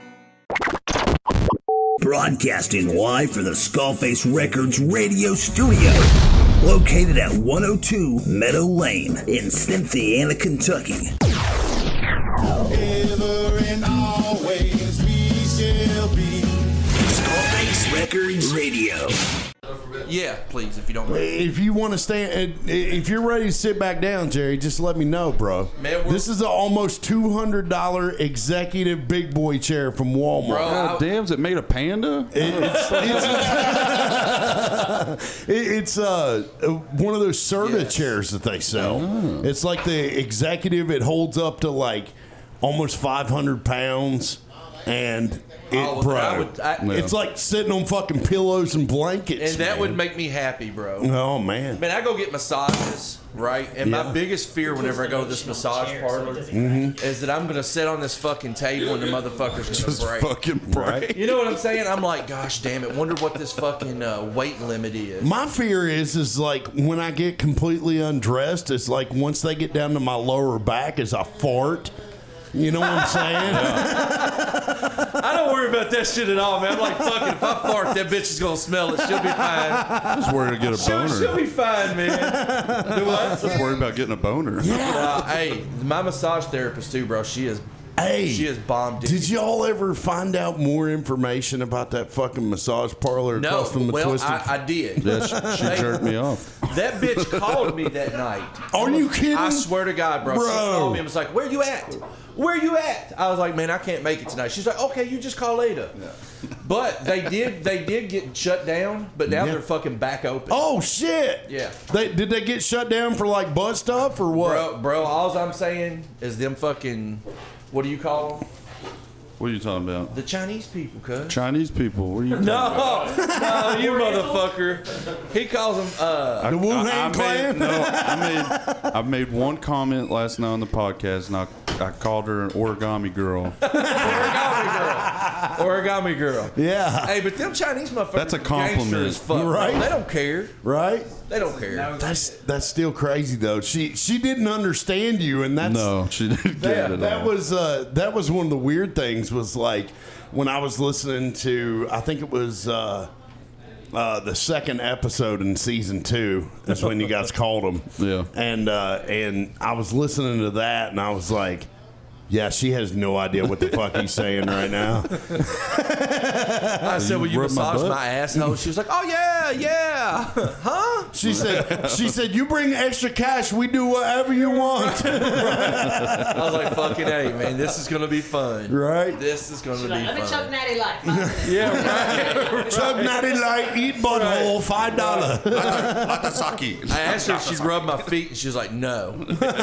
Broadcasting live from the Skullface Records radio studio. Located at 102 Meadow Lane in Cynthiana, Kentucky.
Ever and always we shall be.
Skullface Records Radio.
Yeah, please, if you don't mind.
If you want to stand, eh, if you're ready to sit back down, Jerry, just let me know, bro.
Man, we're-
this is a almost two hundred dollar executive big boy chair from Walmart.
Bro, God I-
damn, is it made of panda? it's it's, it- it's, uh, one of those Serta chairs that they sell. It's like the executive. It holds up to like almost five hundred pounds, and it,
Oh,
bro,
I would- I-
it's like sitting on fucking pillows and blankets.
And that
man.
would make me happy, bro.
Oh man.
Man, I go get massages, right? And
Yeah.
my biggest fear whenever I go to this massage parlor
Mhm.
is that I'm gonna sit on this fucking table and the motherfucker's gonna
Just
break.
fucking break.
You know what I'm saying? I'm like, gosh damn it! Wonder what this fucking uh, weight limit is.
My fear is is like when I get completely undressed, it's like once they get down to my lower back is I fart. You know what I'm saying?
I don't worry about that shit at all, man. I'm like, fuck it. If I fart, that bitch is gonna smell it. She'll be fine.
I was worried to get a
She'll, she'll
boner.
be fine, man. Do
I was worried about getting a boner.
Uh, hey, my massage therapist too, bro. She is
Hey,
She is bombed.
Did y'all ever find out more information about that fucking massage parlor
No,
across from the
well,
Twisted?
I, I did.
Yeah, she- she
They-
jerked me off.
That bitch called me that night.
Are you kidding?
I swear to God, bro. She
Bro.
called me and was like, "Where you at? Where you at?" I was like, "Man, I can't make it tonight." She's like, "Okay, you just call later." But they did. They did get shut down. But now
Yeah.
they're fucking back open.
Oh shit!
Yeah.
They did they get shut down for like butt stuff or what?
Bro, bro, all I'm saying is them fucking. What do you call them?
What are you talking about?
The Chinese people, cuz.
Chinese people. What are you? Talking
No,
about?
no, you motherfucker. He calls them uh,
I- I- I made- no, I made, I made one comment last night on the podcast, and I, I called her an origami girl.
origami girl.
Yeah.
Hey, but them Chinese motherfuckers.
That's a compliment.
gangster as fuck,
Right?
Bro. They don't care.
Right?
They don't care.
That's that's still crazy though. She she didn't understand you, and that's
No, she didn't get
that,
it.
that
all.
was uh, that was one of the weird things was like when I was listening to I think it was uh, uh, the second episode in season two is when you guys called them yeah and uh, and I was listening to that and I was like yeah she has no idea what the fuck he's saying right now
I said, "Will you
Rub my
massage my,
butt?
asshole?" She was like, "Oh yeah, yeah, huh?"
she said she said you bring extra cash we do whatever you want
I was like, "Fucking hey, man, this is gonna be fun,
right?
This is gonna
She's
be
like, I'm a
fun."
Chuck Natty life.
yeah, right.
Chuck Natty Light, eat butthole, five dollar.
I asked her if she'd rub my feet, and she was like, "No, no."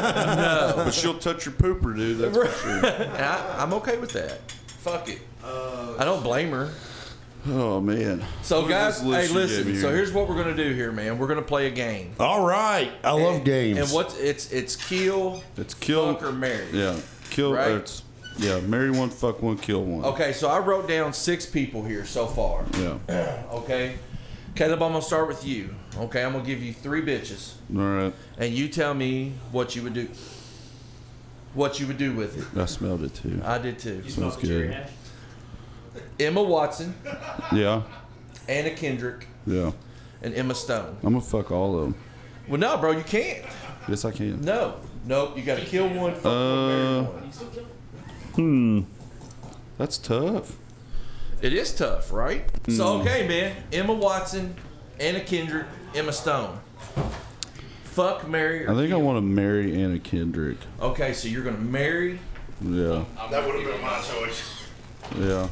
But she'll touch your pooper, dude. That's for sure.
And I, I'm okay with that. Fuck it. I don't blame her.
Oh man.
So
Look at
guys,
this list
hey,
you
listen.
gave me
So
here.
here's what we're gonna do here, man. We're gonna play a game.
All right, I love games.
And what's it's it's kill,
It's kill.
fuck, or marry.
Yeah, kill.
Right?
Right? It's, yeah, marry one, fuck one, kill one.
Okay, so I wrote down six people here so far.
Yeah.
Okay, Caleb, I'm gonna start with you. Okay, I'm gonna give you three bitches,
All right.
and you tell me what you would do. What you would do with it?
I smelled it too.
I did too.
You smelled Smells the cherry good. hash?
Emma Watson,
Yeah.
Anna Kendrick,
Yeah.
and Emma Stone.
I'm gonna fuck all of them.
Well, no, bro, you can't.
Yes, I can.
No, nope. You got to kill one. Fuck
Uh,
one, marry one.
Hmm. That's tough.
It is tough, right? So
Mm.
okay, man. Emma Watson, Anna Kendrick, Emma Stone. Fuck Mary.
I think I want to marry Anna Kendrick.
Okay, so you're gonna marry.
Yeah.
That would have been my choice.
Yeah.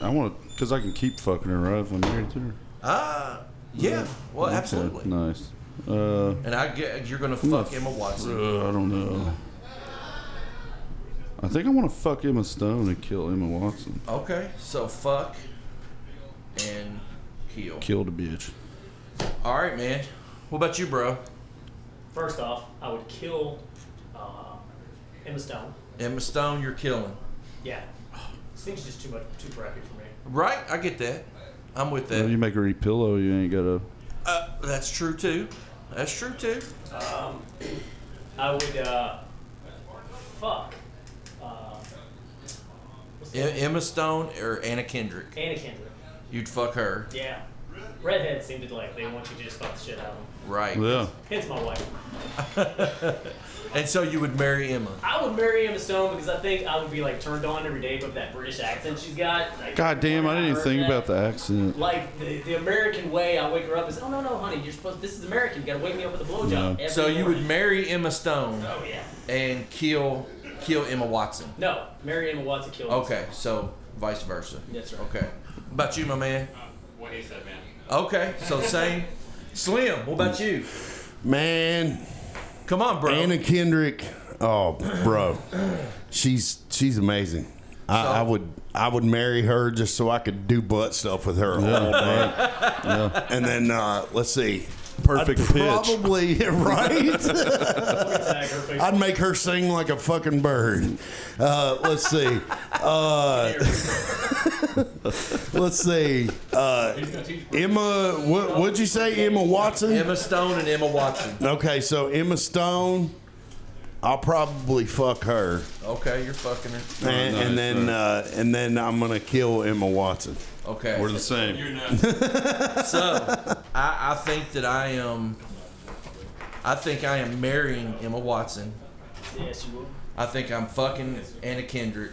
I want to, because I can keep fucking her, right? If I'm married to her.
Ah, yeah. Well,
Okay,
absolutely.
Nice. Uh,
And I get you're gonna
I'm
fuck
not-
Emma Watson.
Uh, I don't know. I think I want to fuck Emma Stone and kill Emma Watson.
Okay, so fuck and kill.
Kill the bitch.
All right, man. What about you, bro?
First off, I would kill uh, Emma Stone.
Emma Stone, you're killing.
Yeah, this thing's just too much, too preppy for me.
Right? I get that. I'm with that.
Well, you make her eat pillow, you ain't got to.
Uh, that's true too. That's true too.
Uh,
Um, I would uh, fuck uh,
E- Emma Stone or Anna Kendrick.
Anna Kendrick.
You'd fuck her.
Yeah, redheads seem to like they want you to just fuck the shit out of them.
Right.
Yeah.
Hence my wife.
And so you would marry Emma.
I would marry Emma Stone because I think I would be like turned on every day with that British accent she's got. Like,
God damn, I didn't even
heard
think
that.
about the accident.
Like the, the American way, I wake her up is, oh no no honey, you're supposed. This is American. You gotta wake me up with a blowjob.
No.
every
So you would
morning."
marry Emma Stone.
Oh, yeah.
And kill kill Emma Watson.
No, marry Emma Watson killed.
Okay, so vice versa.
That's right.
Okay. What about you, my man?
What he said, man.
Okay, so same. Slim, what about you?
Man,
come on, bro.
Anna Kendrick, oh, bro, she's she's amazing. I, I would I would marry her just so I could do butt stuff with her all day. And then uh, let's see,
perfect
I'd
pitch.
probably right. I'd make her sing like a fucking bird. Uh, let's see. Uh, let's see. Uh, Emma, what, what'd you say? Emma Watson.
Emma Stone and Emma Watson.
Okay, so Emma Stone, I'll probably fuck her,
Okay, you're fucking her.
and, and then uh, and then I'm gonna kill Emma Watson.
Okay.
We're the same. You're
uh,
so I, I think that I am I think I am marrying Emma Watson.
Yes, you will.
I think I'm fucking Anna Kendrick,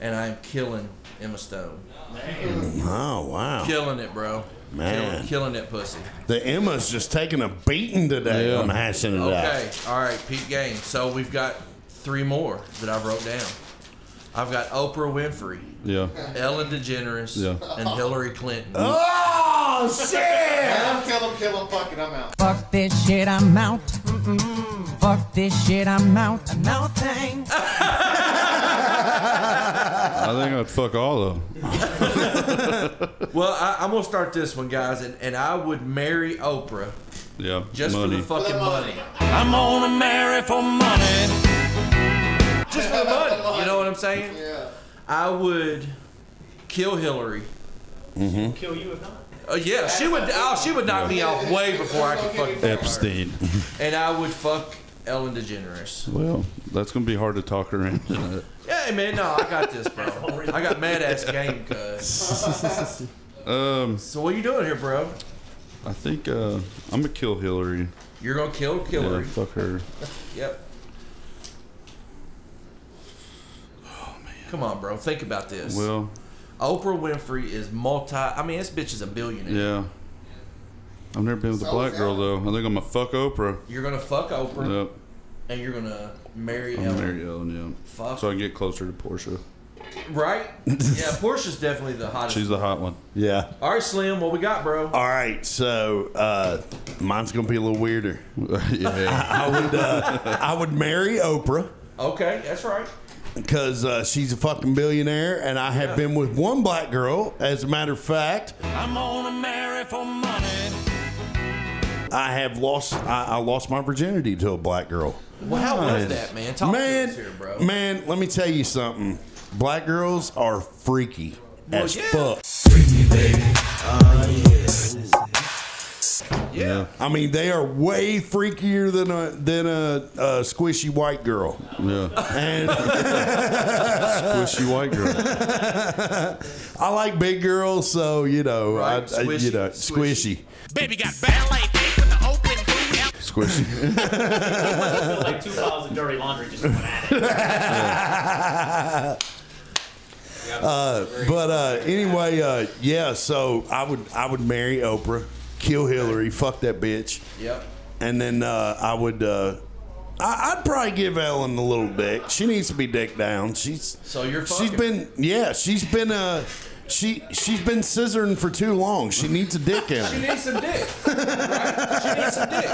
and I'm killing Emma Stone.
Oh wow,
Killing it, bro.
Man.
Killing, killing it, pussy.
the Emma's just taking a beating today.
Yeah.
I'm hashing it out.
Okay, all right, Pete Gaines. So we've got three more that I wrote down. I've got Oprah Winfrey,
Yeah.
Ellen DeGeneres,
Yeah.
and Hillary Clinton.
Oh
Yeah, kill him, kill him, fuck it, I'm out.
Fuck this shit, I'm out. Fuck this shit, I'm out. No thing.
I think I'd fuck all of them.
well, I, I'm gonna start this one, guys, and, and I would marry Oprah
Yeah.
just for
money.
the fucking money.
I'm gonna marry for money.
Just for the money. You know what I'm saying? Yeah. I would kill Hillary.
Mhm.
Kill you if not.
Uh, yeah, she would. Oh, she would knock me off way before I could fucking. fuck her.
Epstein.
And I would fuck Ellen DeGeneres.
Well, that's gonna be hard to talk her into.
Yeah, man, no, I got this, bro. I got mad ass game, cuz.
Um,
so what you doing here, bro?
I think uh, I'm gonna kill Hillary.
You're gonna kill Hillary.
Yeah, fuck her.
Yep. Oh, Come on, bro. Think about this.
Well.
Oprah Winfrey is multi. I mean, this bitch is a billionaire.
Yeah. I've never been with a
So
black
is
girl though. I think I'm gonna fuck Oprah.
You're gonna fuck Oprah,
Yep.
and you're gonna marry
I'm
Ellen.
marry Ellen. Yeah.
Fuck.
So I can get closer to Portia.
Right? yeah, Portia's definitely the hottest.
She's the hot one.
Yeah.
All right, Slim. What we got, bro?
All right, so uh, mine's gonna be a little weirder. I, I would uh, I would marry Oprah.
Okay, that's right.
Because uh, she's a fucking billionaire, and I have
Yeah.
been with one black girl. As a matter of fact,
I'm gonna marry for money.
I have lost I, I lost my virginity to a black girl.
Well, how was that, man? Talk to
man,
us here, bro.
Man, let me tell you something. Black girls are freaky
Well,
as
yeah. Uh,
fuck.
Yeah.
I mean, they are way freakier than a than a, a squishy white girl.
Yeah.
And
Squishy white girl.
I like big girls, so you know,
Right,
I, I- you
squishy,
know, squishy.
Baby got ballet feet with the open boot.
Squishy.
like two piles of dirty laundry just went at it.
Uh, but uh, anyway, uh, yeah. So I would I would marry Oprah, kill Hillary, fuck that bitch,
Yep.
and then uh, I would uh, I, I'd probably give Ellen a little dick. She needs to be dick down. She's
So you're
she's
fucking.
been yeah she's been uh she she's been scissoring for too long. She needs a dick in
She
her.
needs some dick. Right? She needs some dick.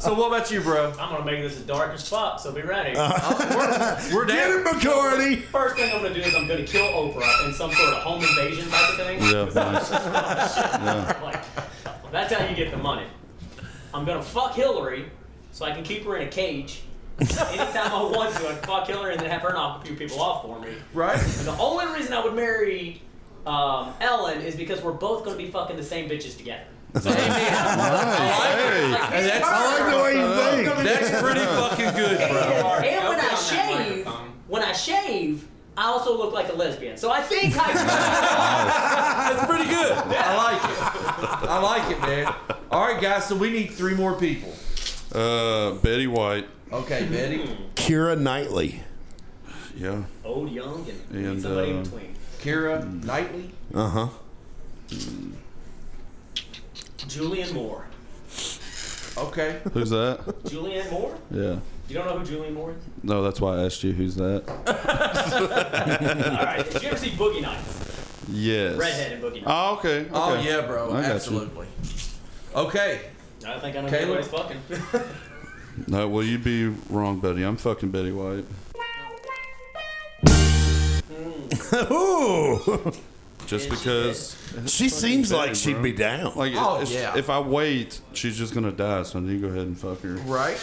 so what about you, bro? Uh-huh.
I'm gonna make this as dark as fuck, so be ready. Oh,
we're, we're down.
Get him, McCarty.
First thing I'm gonna do is I'm gonna kill Oprah in some sort of home invasion type of thing. Oh,
Yeah, nice.
Like, that's how you get the money. I'm gonna fuck Hillary so I can keep her in a cage. Anytime I want to, I'd fuck Hillary and then have her knock a few people off for me.
Right?
And the only reason I would marry um, Ellen is because we're both gonna be fucking the same bitches together.
And that's,
I like the way you think.
That's pretty fucking good, bro.
And when I shave, when I shave, I also look like a lesbian. So I think
That's pretty good. I like it. I like it, man. All right, guys. So we need three more people.
Uh, Betty White.
Okay, Betty.
Kira Knightley.
Yeah.
old, young, and,
And,
somebody in
uh,
between.
Kira Knightley.
Uh huh.
Julian Moore.
Okay.
Who's that?
Julianne Moore?
Yeah.
You don't know who Julianne Moore is?
No, that's why I asked you. Who's that?
All right. Did you ever see Boogie Nights?
Yes.
Redhead and Boogie Nights.
Oh, okay. okay.
Oh yeah, bro.
I got you.
Absolutely. Okay.
I don't think I know
Caleb?
anybody's fucking.
No, well, you'd be wrong, Betty. I'm fucking Betty White.
Ooh.
Just because
She seems like she'd be down.
Like,
Oh,
it's-
yeah.
if I wait, she's just gonna die. So I need to go ahead and fuck her.
Right.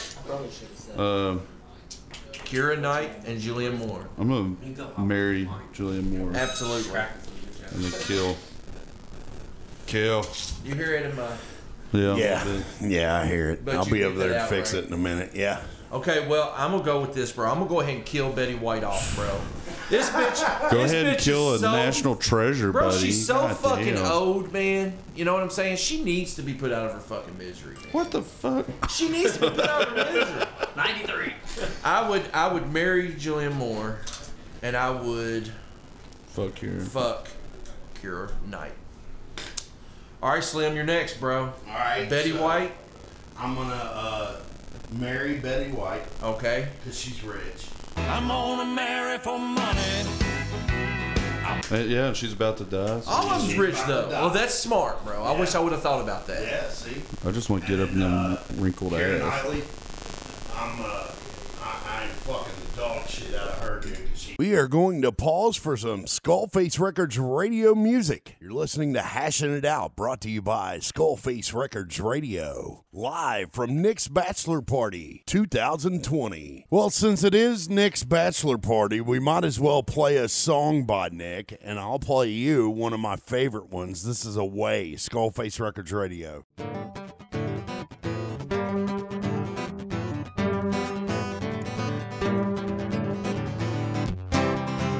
Uh,
Um,
Kira Knight and Julian Moore.
I'm gonna marry Julian Moore
Absolutely.
and then kill. Kill.
You hear it in my.
Yeah.
Yeah, yeah, I hear it.
But
I'll
you
be
get
over there
that
to
out,
fix
right?
it in a minute. Yeah.
Okay, well, I'm gonna go with this, bro. I'm gonna go ahead and kill Betty White off, bro. This bitch.
Go
Ah, this
ahead and
bitch
kill a
is so-
national treasure,
Bro,
buddy.
she's so
God
fucking
damn.
old, man. You know what I'm saying? She needs to be put out of her fucking misery.
What the fuck?
She needs to be put out of her misery.
93.
I would I would marry Julianne Moore, and I would
Fuck you.
fuck Cure Knight. All right, Slim, you're next, bro. All
right,
Betty
so-
White.
I'm gonna uh, marry Betty White.
Okay.
Because she's rich.
I'm gonna marry for money.
Uh, yeah, and she's about to die. so-
All of them's rich though. Well, that's smart, bro. I wish I would have thought about that.
Yeah. See.
I just want to get up in them wrinkled
Karen
ass.
Knightley. I'm uh, I, I am fucking the dog shit out of her, dude. 'cause she
We are going to pause for some Skullface Records radio music. You're listening to Hashing It Out, brought to you by Skullface Records Radio, live from Nick's Bachelor Party 2020. Well, since it is Nick's Bachelor Party, we might as well play a song by Nick, and I'll play you one of my favorite ones. This is Away, Skullface Records Radio.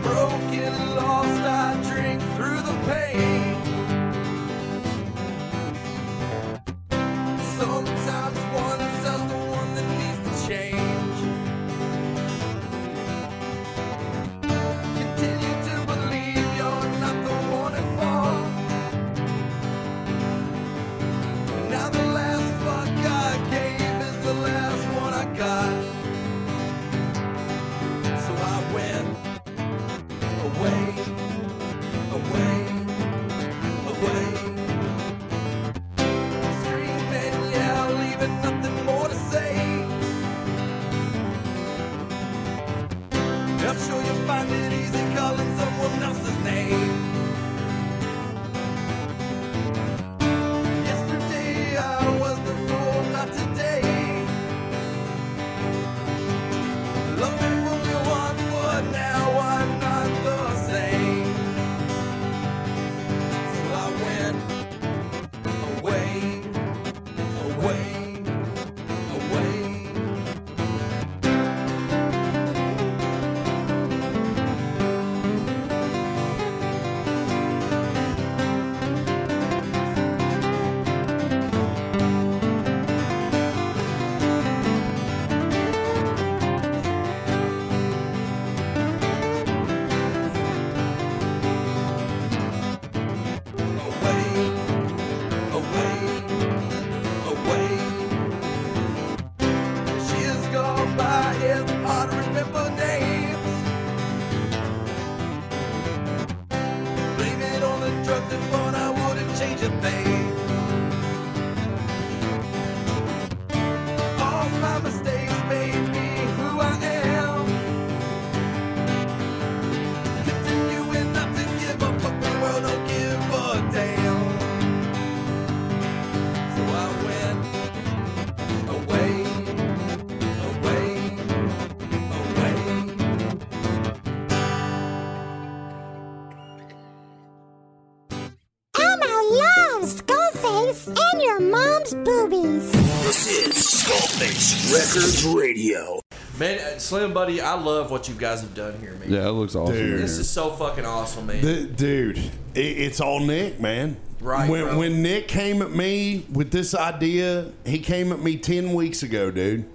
Broken and lost, I drink through the pain. Sometimes one sells the one that needs to change. Continue to believe you're not the one at fault. Now the last fuck I gave is the last one I got. So I went away, away, away. Screaming, yeah, leaving nothing more to say. I'm sure you'll find it easy calling someone else's name. Yesterday I was the fool, not today. Love me for me once, but now I'm not the same. So I went away, away, away. away. She has gone by, it's hard to remember names. Blame it on the drugs and fun, I wouldn't change a thing. All my mistakes made me who I am. Continuing not to give a fuck, the world don't give a damn. So I went away, away, away.
Elmo loves Skullface and your mom's boobies.
This is Skullface Records Radio.
Man, uh, Slim Buddy, I love what you guys have done here, man.
Yeah, it looks awesome.
Dude.
in
This
here.
is so fucking awesome, man.
Th- dude, it, it's all Nick, man.
Right,
When,
bro.
when Nick came at me with this idea, he came at me 10 weeks ago, dude.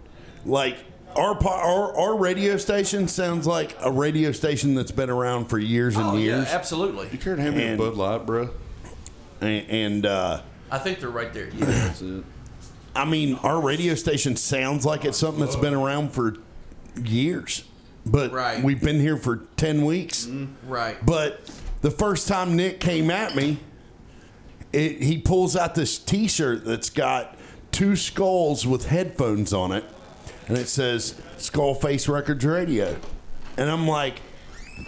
Like, our, po- our, our radio station sounds like a radio station that's been around for years and
Oh, yeah,
years.
absolutely. You
Hand me a Bud Light, bro.
And, and uh,
I think they're right there. Yeah.
I mean, our radio station sounds like it's something that's been around for years, but
Right. Mm-hmm.
we've been here for 10 weeks.
right.
But the first time Nick came at me, it, he pulls out this t shirt that's got two skulls with headphones on it, and it says Skullface Records Radio. And I'm like,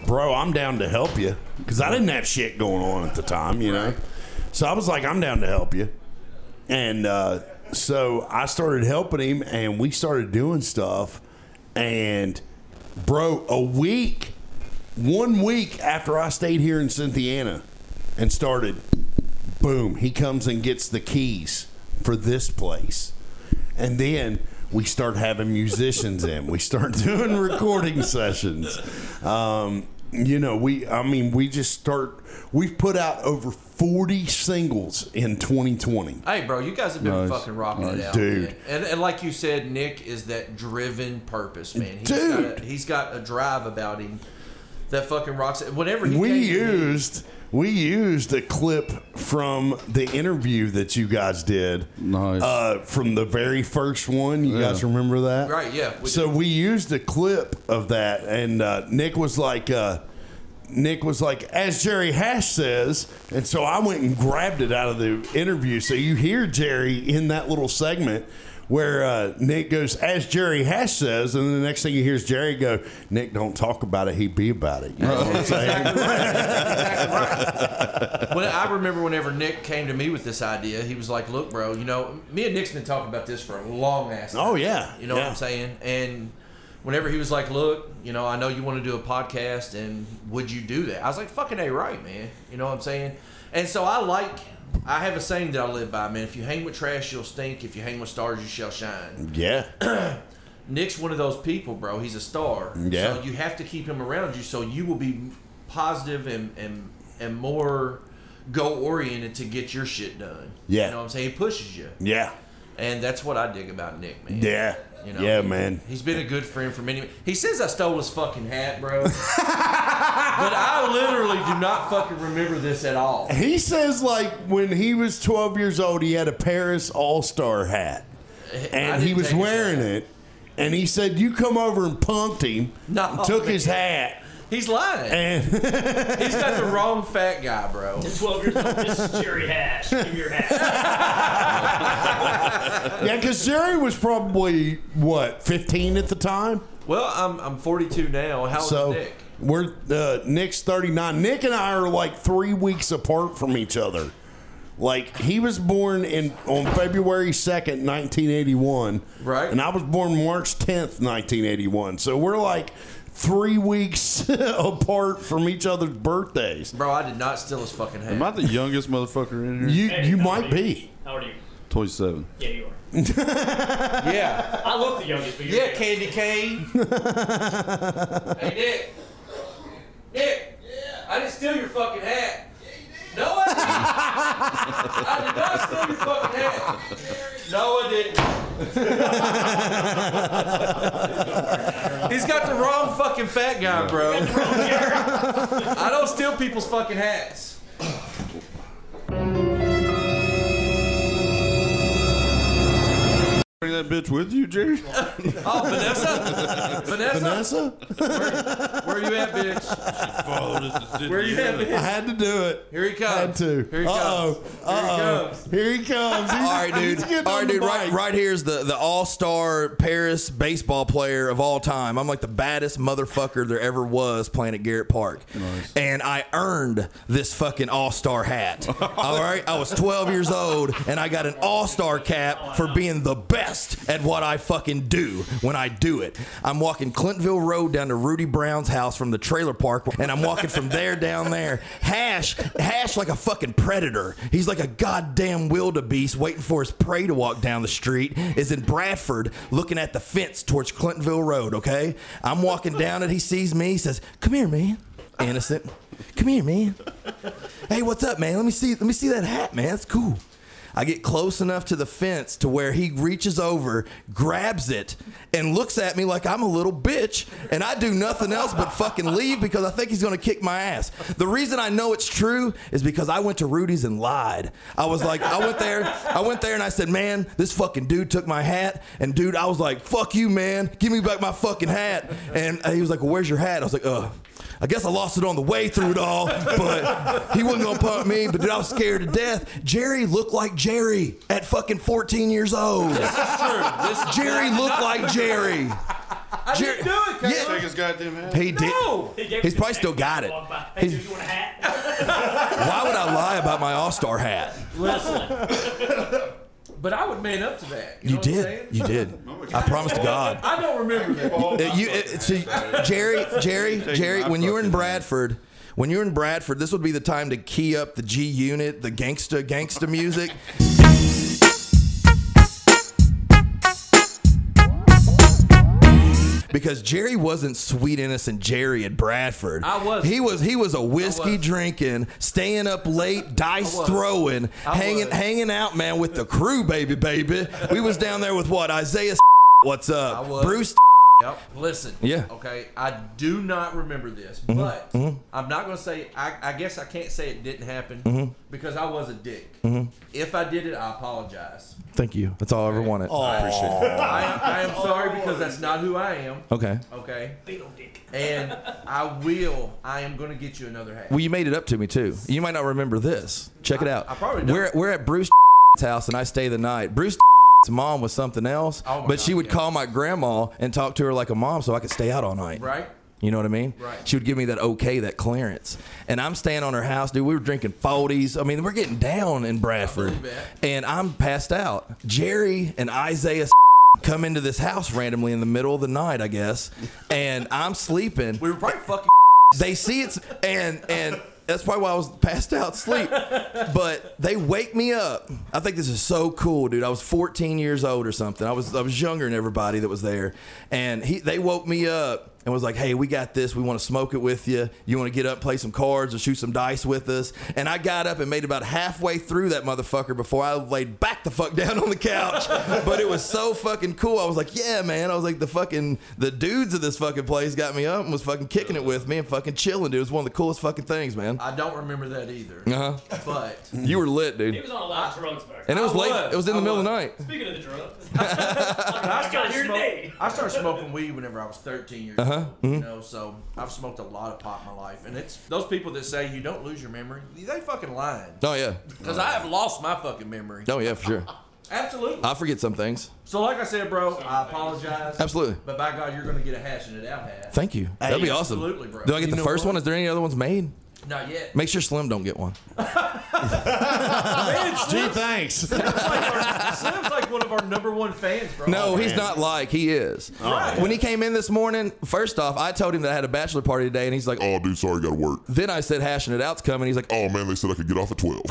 bro, I'm down to help you. Because I didn't have shit going on at the time, you know? So I was like, I'm down to help you. And uh, so I started helping him, and we started doing stuff. And, bro, a week, one week after I stayed here in Cynthiana and started, boom, he comes and gets the keys for this place. And then we start having musicians in. We start doing recording sessions. Um, you know, we I mean, we just start. We've put out over forty singles in 2020.
Hey, bro, you guys have been
Nice.
fucking rocking it
Nice.
out,
Dude.
man. And, and like you said, Nick is that driven purpose, man. He's Got
Dude.
a, he's got a drive about him that fucking rocks it. Whenever he
We
came to me-
used we used a clip from the interview that you guys did. Nice. Uh, from the very first one, you guys remember that?
Right, yeah. We
so we used a clip of that, and uh, Nick was like. Uh, Nick was like, as Jerry Hash says, and so I went and grabbed it out of the interview. So you hear Jerry in that little segment where uh, Nick goes, as Jerry Hash says, and then the next thing you hear is Jerry go, Nick, don't talk about it, he be about it. You know what I'm saying?
when I remember whenever Nick came to me with this idea, he was like, "Look, bro, you know, me and Nick's been talking about this for a long ass time.
Oh, yeah.
you know what
Yeah.
I'm saying." And whenever he was like, "Look, you know, I know you want to do a podcast, and would you do that?" I was like, "Fucking a right, man." You know what I'm saying? And so I like. I have a saying that I live by, man. If you hang with trash, you'll stink. If you hang with stars, you shall shine.
Yeah.
Nick's one of those people, bro. He's a star.
Yeah.
So you have to keep him around you so you will be positive and and, and more goal oriented to get your shit done.
Yeah.
You know what I'm saying? He pushes you.
Yeah.
And that's what I dig about Nick, man.
Yeah.
You know,
Yeah, man.
He's been a good friend for many. He says I stole his fucking hat, bro. but I literally do not fucking remember this at all.
He says, like, when he was 12 years old, he had a Paris All Star hat, and he
didn't
was
take his
wearing it. And he said, You come over and punked him,
No,
took
man.
his hat.
He's lying. He's got the wrong fat guy, bro.
Twelve years old. This is Jerry Hash. Give me your hat.
Yeah, because Jerry was probably, what, 15 at the time?
Well, I'm I'm 42 now. How old
so
is Nick?
we're uh, Nick's 39. Nick and I are like three weeks apart from each other. Like he was born in on February 2nd, 1981. Right. And I was born March 10th, 1981. So we're like three weeks apart from each other's birthdays.
Bro, I did not steal his fucking hat.
Am I the youngest motherfucker in
You
here?
you might be.
How are you?
27.
Yeah, you are.
Yeah.
I look the youngest, but you're
Yeah,
the
Candy Cane. hey, Nick. Nick. I didn't steal your fucking hat. No, I didn't. I did not steal your fucking hat. No, I didn't. He's got the wrong fucking fat guy, bro. I don't steal people's fucking hats.
Bring that bitch with you, Jerry.
Oh, Vanessa? Vanessa? Where, where you at, bitch? Where you at, bitch?
I had to do it.
Here he comes.
Had to.
Here he
Uh-oh.
comes.
Uh-oh. Here he comes. He's-
All right, dude.
he's getting
All
on
right,
the
dude. Right,
bike.
right here is the, the all star Paris baseball player of all time. I'm like the baddest motherfucker there ever was playing at Garrett Park. And I earned this fucking all star hat. all right. I was 12 years old and I got an all star cap for being the best at what I fucking do when I do it. I'm walking Clintville Road down to Rudy Brown's house from the trailer park and I'm walking from there down there. Hash, Hash like a fucking predator. He's like a goddamn wildebeest waiting for his prey to walk down the street. Is in Bradford looking at the fence towards Clintonville Road, okay? I'm walking down it. He sees me. He says, Come here, man. Innocent. Come here, man. Hey, what's up, man? Let me see. Let me see that hat, man. It's cool. I get close enough to the fence to where he reaches over, grabs it, and looks at me like I'm a little bitch, and I do nothing else but fucking leave because I think he's gonna kick my ass. The reason I know it's true is because I went to Rudy's and lied. I was like, I went there, I went there and I said, man, this fucking dude took my hat, and dude, I was like, fuck you, man, give me back my fucking hat. And he was like, well, where's your hat? I was like, uh. I guess I lost it on the way through it all, but he wasn't gonna pump me. But dude, I was scared to death. Jerry looked like Jerry at fucking 14 years old.
This is-
Jerry looked like Jerry.
I didn't do it, cuz.
Take his goddamn hat.
He did.
No!
He's probably still got it. He's- why would I lie about my All Star hat?
Listen. But I would man up to that. You,
You
know What I'm saying?
did. You did. I promise to God.
I don't remember that.
Uh, you, uh, see, Jerry, Jerry,
Taking
Jerry,
my
when you were in Bradford, when you were in Bradford, this would be the time to key up the G unit, the gangsta, gangsta music. because Jerry wasn't sweet innocent Jerry at Bradford.
I was.
He was he was a whiskey drinking, staying up late, dice
was.
throwing,
I
hanging
was.
hanging out, man, with the crew, baby, baby. We was down there with what Isaiah. What's up,
I was.
Bruce?
Yep. Listen.
Yeah.
Okay. I do not remember this,
Mhm,
but
mhm.
I'm not gonna say. I, I guess I can't say it didn't happen
Mhm.
because I was a dick.
Mhm.
If I did it, I apologize.
Thank you. That's all I ever wanted.
Oh, I I
Appreciate
am, I am sorry because that's not who I am.
Okay.
Okay. And I will. I am gonna get you another hat.
it. Well, you made it up to me too. You might not remember this. Check it out.
I probably don't.
We're we're at Bruce house and I stay the night. Bruce mom was something else,
Oh my
but she
God,
would
yeah.
call my grandma and talk to her like a mom so I could stay out all night.
Right.
You know what I mean?
Right.
She would give me that okay, that clearance. And I'm staying on her house, dude. We were drinking 40s. I mean, we're getting down in Bradford. And I'm passed out. Jerry and Isaiah come into this house randomly in the middle of the night, I guess. And I'm sleeping. We
were probably fucking.
They see it's and and that's probably why I was passed out sleep. But they wake me up. I think this is so cool, dude. I was 14 years old or something. I was I was younger than everybody that was there. And he they woke me up and was like, "Hey, we got this. We want to smoke it with you. You want to get up, play some cards, or shoot some dice with us?" And I got up and made about halfway through that motherfucker before I laid back the fuck down on the couch. but it was so fucking cool. I was like, "Yeah, man." I was like, "The fucking the dudes of this fucking place got me up and was fucking kicking it with me and fucking chilling, dude. It was one of the coolest fucking things, man."
I don't remember that either.
Uh huh.
But
You were lit, dude.
He was on a lot of drugs back.
And it was
I
late. It was in the
I
middle of the night.
Speaking of the drugs,
I started,
Here
smoking,
today.
I started smoking weed whenever I was 13 years
Uh-huh.
old.
Mhm.
You know, so I've smoked a lot of pot in my life, and it's those people that say you don't lose your memory, they fucking lying.
Oh yeah.
Because I have lost my fucking memory.
Oh yeah, for sure.
Absolutely.
I forget some things.
So, like I said, bro, I apologize.
Absolutely.
But by God, you're gonna get a hashing it out hat.
Thank you. That'd be awesome.
Absolutely, bro.
Do I get the first one? Is there any other ones made?
Not yet.
Make sure Slim don't get one.
Man, Slim's,
thanks.
Slim's like one of our number one fans, bro.
No,
Oh,
he's not like he is.
Right.
When he came in this morning, first off, I told him that I had a bachelor party today, and he's like,
"Oh, dude, sorry, got to work."
Then I said, "Hashing it out's coming." He's like,
"Oh man, they said I could get off at 12.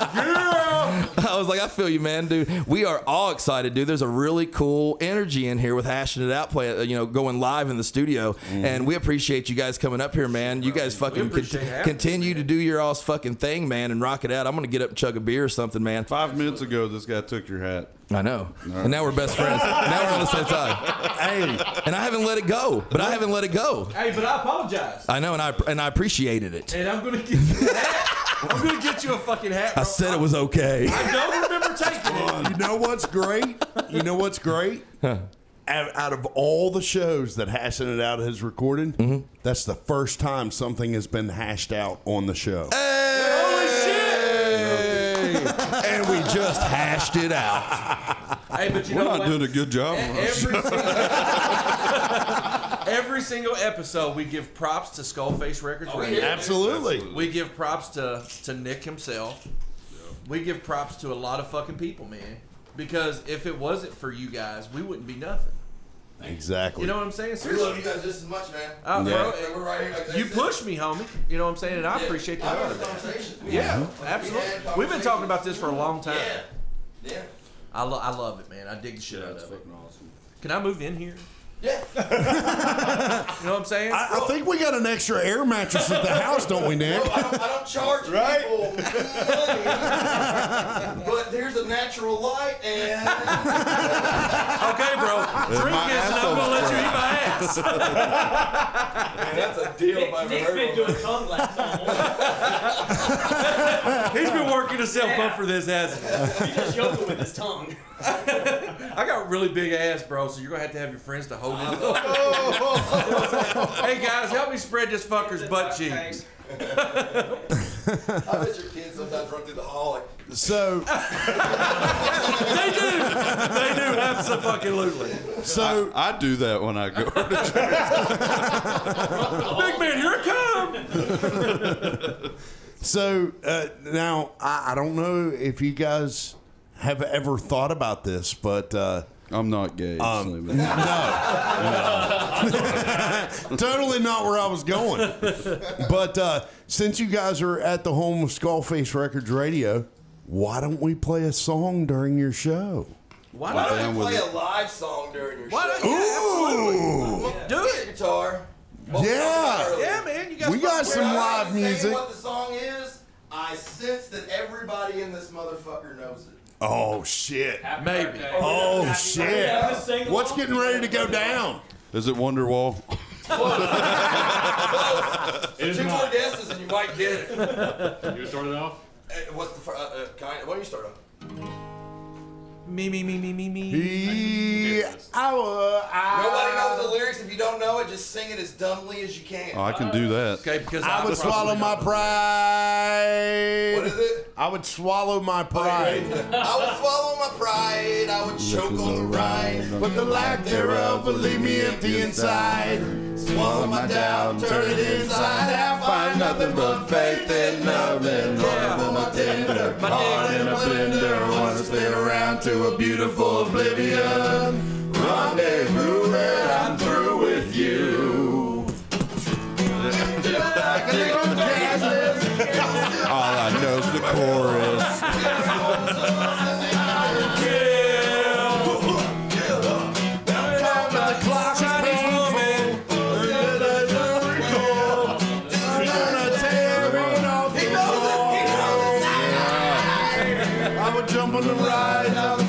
I was like, I feel you, man, dude. We are all excited, dude. There's a really cool energy in here with hashing it out, play, uh, you know, going live in the studio, and we appreciate you guys coming up here, man. You guys fucking cont-
Mm-hmm. appreciate having
continue to do your all's fucking thing, man, and rock it out. I'm gonna get up and chug a beer or something, man.
Five minutes ago, this guy took your hat.
I know. And now we're best friends. now we're on the same side. Hey. And I haven't let it go, but I haven't let it go.
Hey, but I apologize,
I know, and I and I appreciated it.
and I'm gonna get you a hat. I'm gonna get you a fucking hat.
I said it was okay.
I don't remember taking it.
You know what's great? You know what's great? Out, out of all the shows that Hashing It Out has recorded, that's the first time something has been hashed out on the show.
and we just hashed it out.
Hey, but you
We're
know
not
what?
doing a good job.
E- Every single, every single episode, we give props to Skullface Records.
Oh,
we
Radio.
do. Absolutely. Absolutely.
We give props to, to Nick himself. We give props to a lot of fucking people, man. Because if it wasn't for you guys, we wouldn't be nothing.
Exactly.
You know what I'm saying?
We
Seriously.
love you guys just as much, man.
Uh, bro,
Yeah, We're right here. Like they
you
said.
pushed me, homie. You know what I'm saying? And I
Yeah.
appreciate the
I
hell
love
out of that.
conversations. Like,
Yeah,
we had
absolutely. We've been talking about this for a long time.
Yeah. Yeah.
I, lo- I love it, man. I dig the shit out of it. Can I move in here? Yeah. you know what I'm saying?
I, I think we got an extra air mattress at the house, don't we, Nick?
I don't charge
Right?
people money, but there's a natural light, and
okay, bro. Drink
my
this, and I'm gonna let you eat my ass.
that's a deal. if I ever
Nick's
heard
been
one.
doing tongue laps all morning.
He's been working himself up for this, hasn't
He's just yoking with his tongue.
he? I got a really big ass, bro. So you're gonna have to have your friends to hold it. up. hey guys, help me spread this fucker's butt cheeks.
I bet your kids sometimes run through the hall like,
So
They do. They do absolutely.
So
I, I do that when I go.
Big man, here it come.
So uh, now I, I don't know if you guys have ever thought about this, but uh,
I'm not gay.
Um, no, totally not where I was going. But uh, since you guys are at the home of Skullface Records Radio, why don't we play a song during your show?
Why
Why
not?
don't
Down
you
with
play
it.
a live song during your
Why
show?
don't- yeah, absolutely.
Look,
Do
get a Guitar. What we talked about
Yeah.
earlier.
Yeah, man, you guys We got fucking- some
Without
live
even saying
music.
What the song is? I sense that everybody in this motherfucker knows it.
Oh shit.
Maybe.
Oh
birthday.
shit. What's getting ready to go down?
Is it Wonderwall?
There's two more guesses and you might get it.
You start it off?
Uh, What's the fir- uh, uh, kind? What do you start on?
Me, me, me, me, me,
me.
uh,
Our
Nobody knows the lyrics. If you don't know it, just sing it as dumbly as you can.
Oh, I can do that.
Okay, because
I would swallow my pride. What
is it?
I would swallow my pride.
I would swallow my pride. I would choke on the ride.
But the lack thereof will leave me empty inside.
Swallow my doubt, turn it inside out. Find nothing but faith in love and love on my tender. Heart in a blender, want to spin around to a beautiful oblivion. Rendezvous, and I'm through with you.
All I know's the chorus.
I would jump on the ride.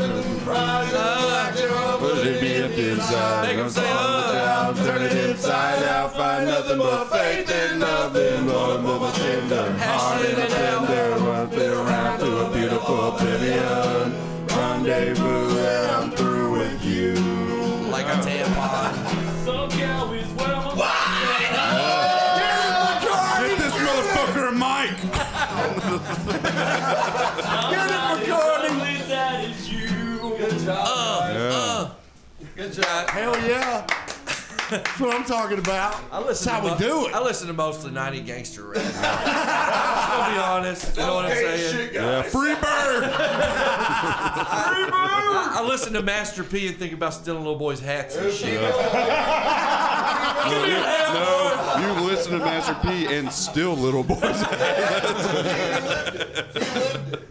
Would it be empty inside? Make 'em say,
Down, turn it inside out, find nothing but faith in nothing but my tender heart in a blender. Run fit around to a beautiful oblivion. Rendezvous, and I'm through with you.
Like a tampon.
Get this motherfucker a mic.
Good job.
Uh, Good job.
Hell yeah. That's what I'm talking about.
I listen
That's how
to
we do it.
I listen to mostly 90 gangster rap. I'll be honest. You know what I'm saying?
Yeah, free bird.
I, I listen to Master P and think about stealing little boys' hats and shit. Give me a hat, boy.
No, you listen to Master P and still little boys.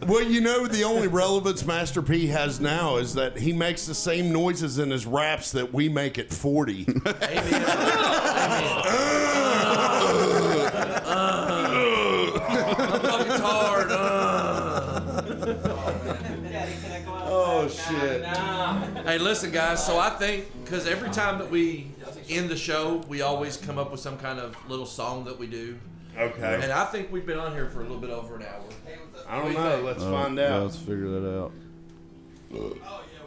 Well, you know, the only relevance Master P has now is that he makes the same noises in his raps that we make at 40.
It's hard. uh.
oh, shit.
Hey, listen, guys. So I think because every time that we end the show, we always come up with some kind of little song that we do.
Okay.
And I think we've been on here for a little bit over an hour.
I don't know. Let's find
Yeah,
out.
let's figure that out.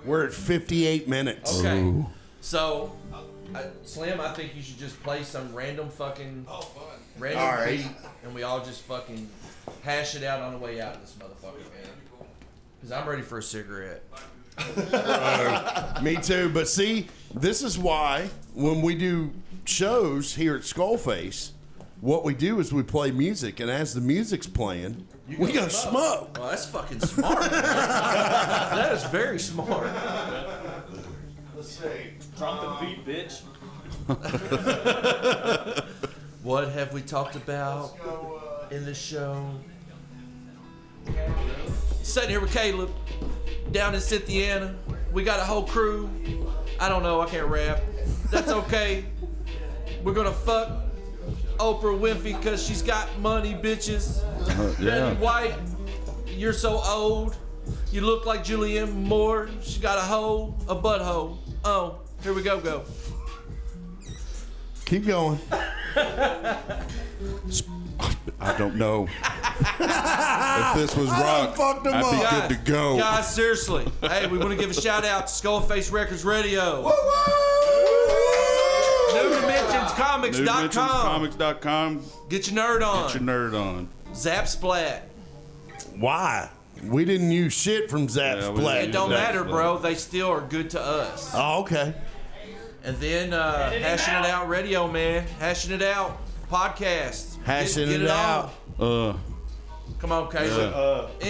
We're at 58 minutes.
Okay. So, I, Slim, I think you should just play some random fucking random
All right.
beat, and we all just fucking hash it out on the way out of this motherfucker, man. Because I'm ready for a cigarette.
Uh, Me too. But see, this is why when we do shows here at Skullface, what we do is we play music, and as the music's playing, we go smoke.
Oh, that's fucking smart. man. that is very smart.
Drop the beat, bitch.
What have we talked about in the show? Sitting here with Caleb, down in Cynthiana. We got a whole crew. I don't know, I can't rap. That's okay. We're gonna fuck Oprah Winfrey because she's got money, bitches.
Uh,
Betty
yeah.
White, you're so old. You look like Julianne Moore. She got a hole, a butthole. Oh, here we go, go.
Keep going.
I don't know. if this was
done
rock,
fucked 'em up.
I'd be good to go.
Guys, seriously. Hey, we want to give a shout out to Skullface Records Radio. New DimensionsComics.com.
NewDimensionsComics.com.
Get your nerd on.
Get your nerd on.
Zap Splat.
Why? We didn't use shit from Zap's
Yeah, we
play.
didn't
It don't
Zap
matter,
Splat.
bro. They still are good to us.
Oh, okay.
And then uh, Hashing It Out Radio, man. Hashing It Out podcast. Get-
Hashing
get
it, out.
on.
Uh,
Come on, Casey.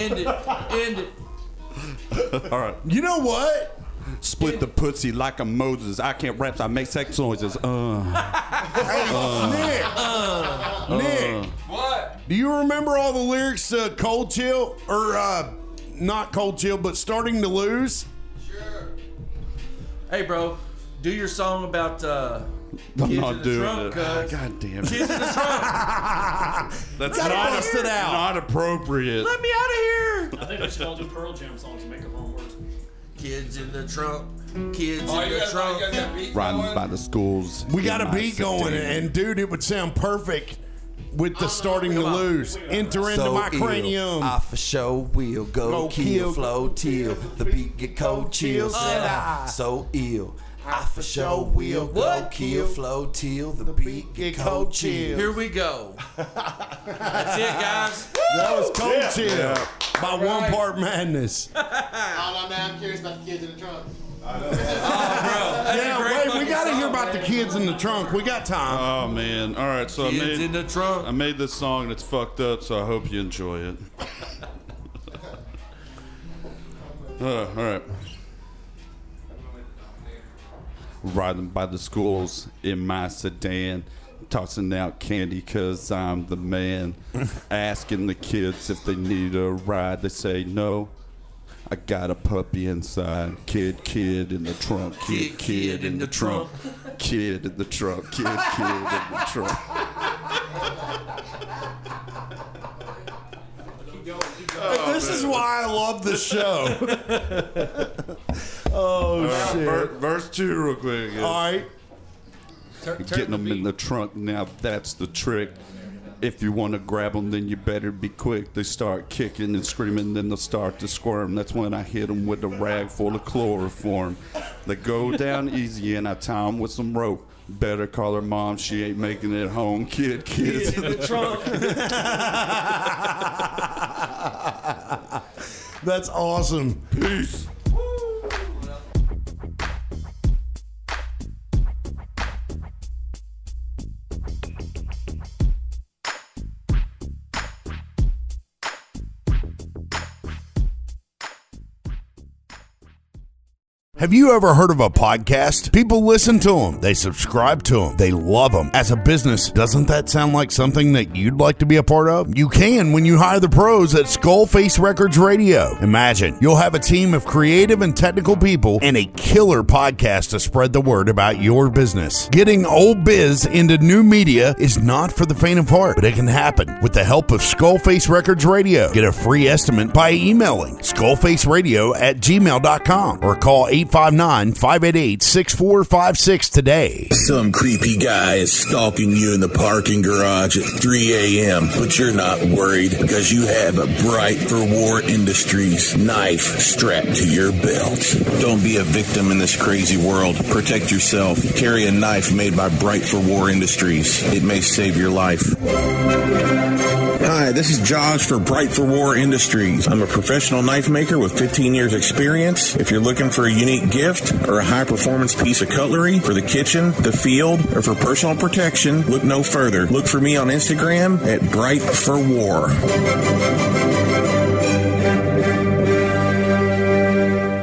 End it. End it.
all right.
You know what?
Split the pussy like a Moses. I can't rap, so I make sex noises. Uh,
Hey, Nick. Nick.
What?
Do you remember all the lyrics to Cold Chill? Or, uh, not Cold Chill, but Starting to Lose?
Sure.
hey, bro, do your song about uh,
I'm
kids
not
in the
doing
trunk,
it.
cuz.
God damn
Kids in
it.
the trunk.
That's
Gotta
not,
bust it out.
not appropriate.
Let me out of here.
I think we should all do Pearl Jam songs and make up our own words.
Kids in the trunk. Kids
Oh,
in
you
the
guys-
trunk.
you guys got
Run by the schools.
We got
in
a
my
beat going,
city.
and dude, it would sound perfect
Oh,
with the starting to lose. Enter into
So
my
ill,
cranium.
I for sure will go,
Go
kill,
kill.
flow till the beat get cold chills. Said I so ill. I for sure will go
What?
kill flow till the beat get cold chills.
Here we go. That's it, guys.
That was cold
Yeah.
chill
Yeah.
by one part madness.
All I'm now curious about the kids in the trunk. Oh,
yeah, wait, we got to hear about the kids in the trunk. We got time.
Oh man! All right, so I
Kids
made
in
the
trunk.
I made this song and it's fucked up. So I hope you enjoy it. Uh, all right. Riding by the schools in my sedan, tossing out candy cause I'm the man. Asking the kids if they need a ride, they say no. I got a puppy inside. Kid, kid in the trunk. Kid, kid, in the trunk. Kid in the trunk. Kid, kid in the trunk.
Oh,
this is why I love the show. oh,
All right,
shit.
ver- verse two, real quick. yeah.
All right.
Getting them in the trunk now, that's the trick. If you want to grab them, then you better be quick. They start kicking and screaming, then they'll start to squirm. That's when I hit them with a rag full of chloroform. They go down easy, and I tie 'em with some rope. Better call her mom, she ain't making it home. Kid, kids
Kid in the trunk. That's awesome. Peace. Have you ever heard of a podcast? People listen to them, they subscribe to them, they love them. As a business, doesn't that sound like something that you'd like to be a part of? You can when you hire the pros at Skullface Records Radio. Imagine you'll have a team of creative and technical people and a killer podcast to spread the word about your business. Getting old biz into new media is not for the faint of heart, but it can happen with the help of Skullface Records Radio. Get a free estimate by emailing skullfaceradio at gmail.com or call 859 588 6456 today.
Some creepy guy is stalking you in the parking garage at 3 a.m., but you're not worried because you have a Bright for War Industries knife strapped to your belt. Don't be a victim in this crazy world. Protect yourself. Carry a knife made by Bright for War Industries. It may save your life. Hi, this is Josh for Bright for War Industries. I'm a professional knife maker with 15 years experience. If you're looking for a unique gift or a high performance piece of cutlery for the kitchen, the field, or for personal protection, look no further. Look for me on Instagram at Bright for War.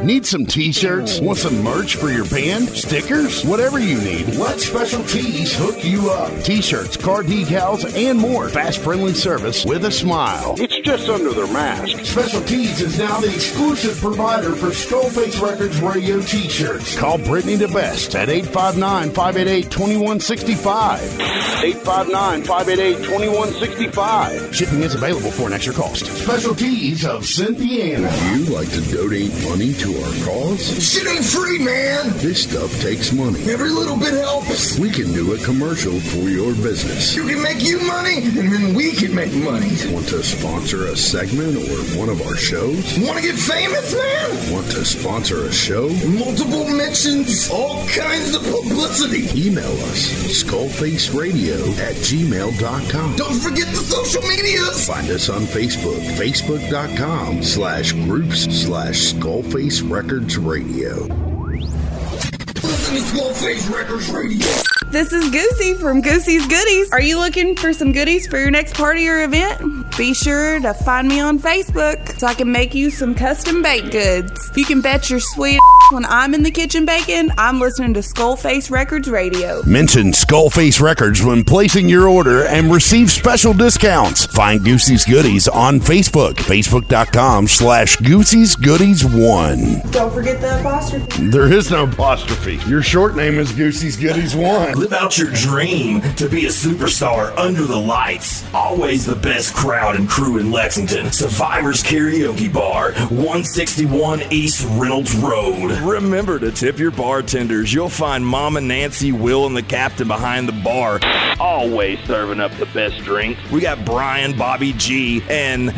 Need some t shirts? Want some merch for your band? Stickers? Whatever you need.
Let Special Tees hook you up.
T shirts, car decals, and more. Fast friendly service with a smile. It's just under their mask.
Special Tees is now the exclusive provider for Skullface Records radio t-shirts.
Call Brittany DeBest at 859 588 2165. 859 588 2165. Shipping is available for an extra cost.
Special Tees of Cynthiana.
Would you like to donate money to our cause?
Shit ain't free, man!
This stuff takes money.
Every little bit helps.
We can do a commercial for your business.
You can make you money, and then we can make money.
Want to sponsor a segment or one of our shows?
Want to get famous, man?
Want to sponsor a show?
Multiple mentions, all kinds of publicity.
Email us skullfaceradio at gmail.com.
Don't forget the social medias.
Find us on Facebook, facebook.com slash groups slash skullface records radio.
Listen
listen to Skullface Records Radio.
This is Goosey from Goosey's Goodies. Are you looking for some goodies for your next party or event? Be sure to find me on Facebook so I can make you some custom baked goods. You can bet your sweet when I'm in the kitchen baking, I'm listening to Skullface Records Radio.
Mention Skullface Records when placing your order and receive special discounts. Find Goosey's Goodies on Facebook, facebook.com slash Goosey's Goodies 1.
Don't forget the apostrophe.
There is no apostrophe. Your short name is Goosey's Goodies 1.
Live out your dream to be a superstar under the lights. Always the best crowd and crew in Lexington. Survivors Karaoke Bar, 161 East Reynolds Road.
Remember to tip your bartenders. You'll find Mama Nancy, Will, and the captain behind the bar.
Always serving up the best drink.
We got Brian, Bobby G, and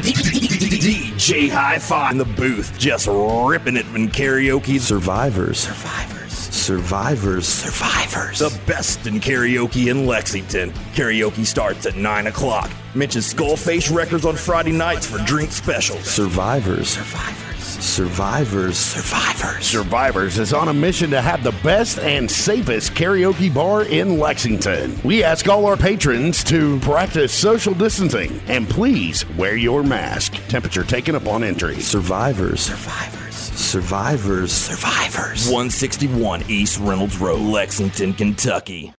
DJ Hi Fi in the booth, just ripping it in karaoke. Survivors. Survivors. Survivors. Survivors. The best in karaoke in Lexington. Karaoke starts at 9 o'clock. Mention Skullface Records on Friday nights for drink specials. Survivors. Survivors. Survivors. Survivors.
Survivors is on a mission to have the best and safest karaoke bar in Lexington. We ask all our patrons to practice social distancing and please wear your mask. Temperature taken upon entry.
Survivors. Survivors. Survivors. Survivors. 161 East Reynolds Road, Lexington, Kentucky.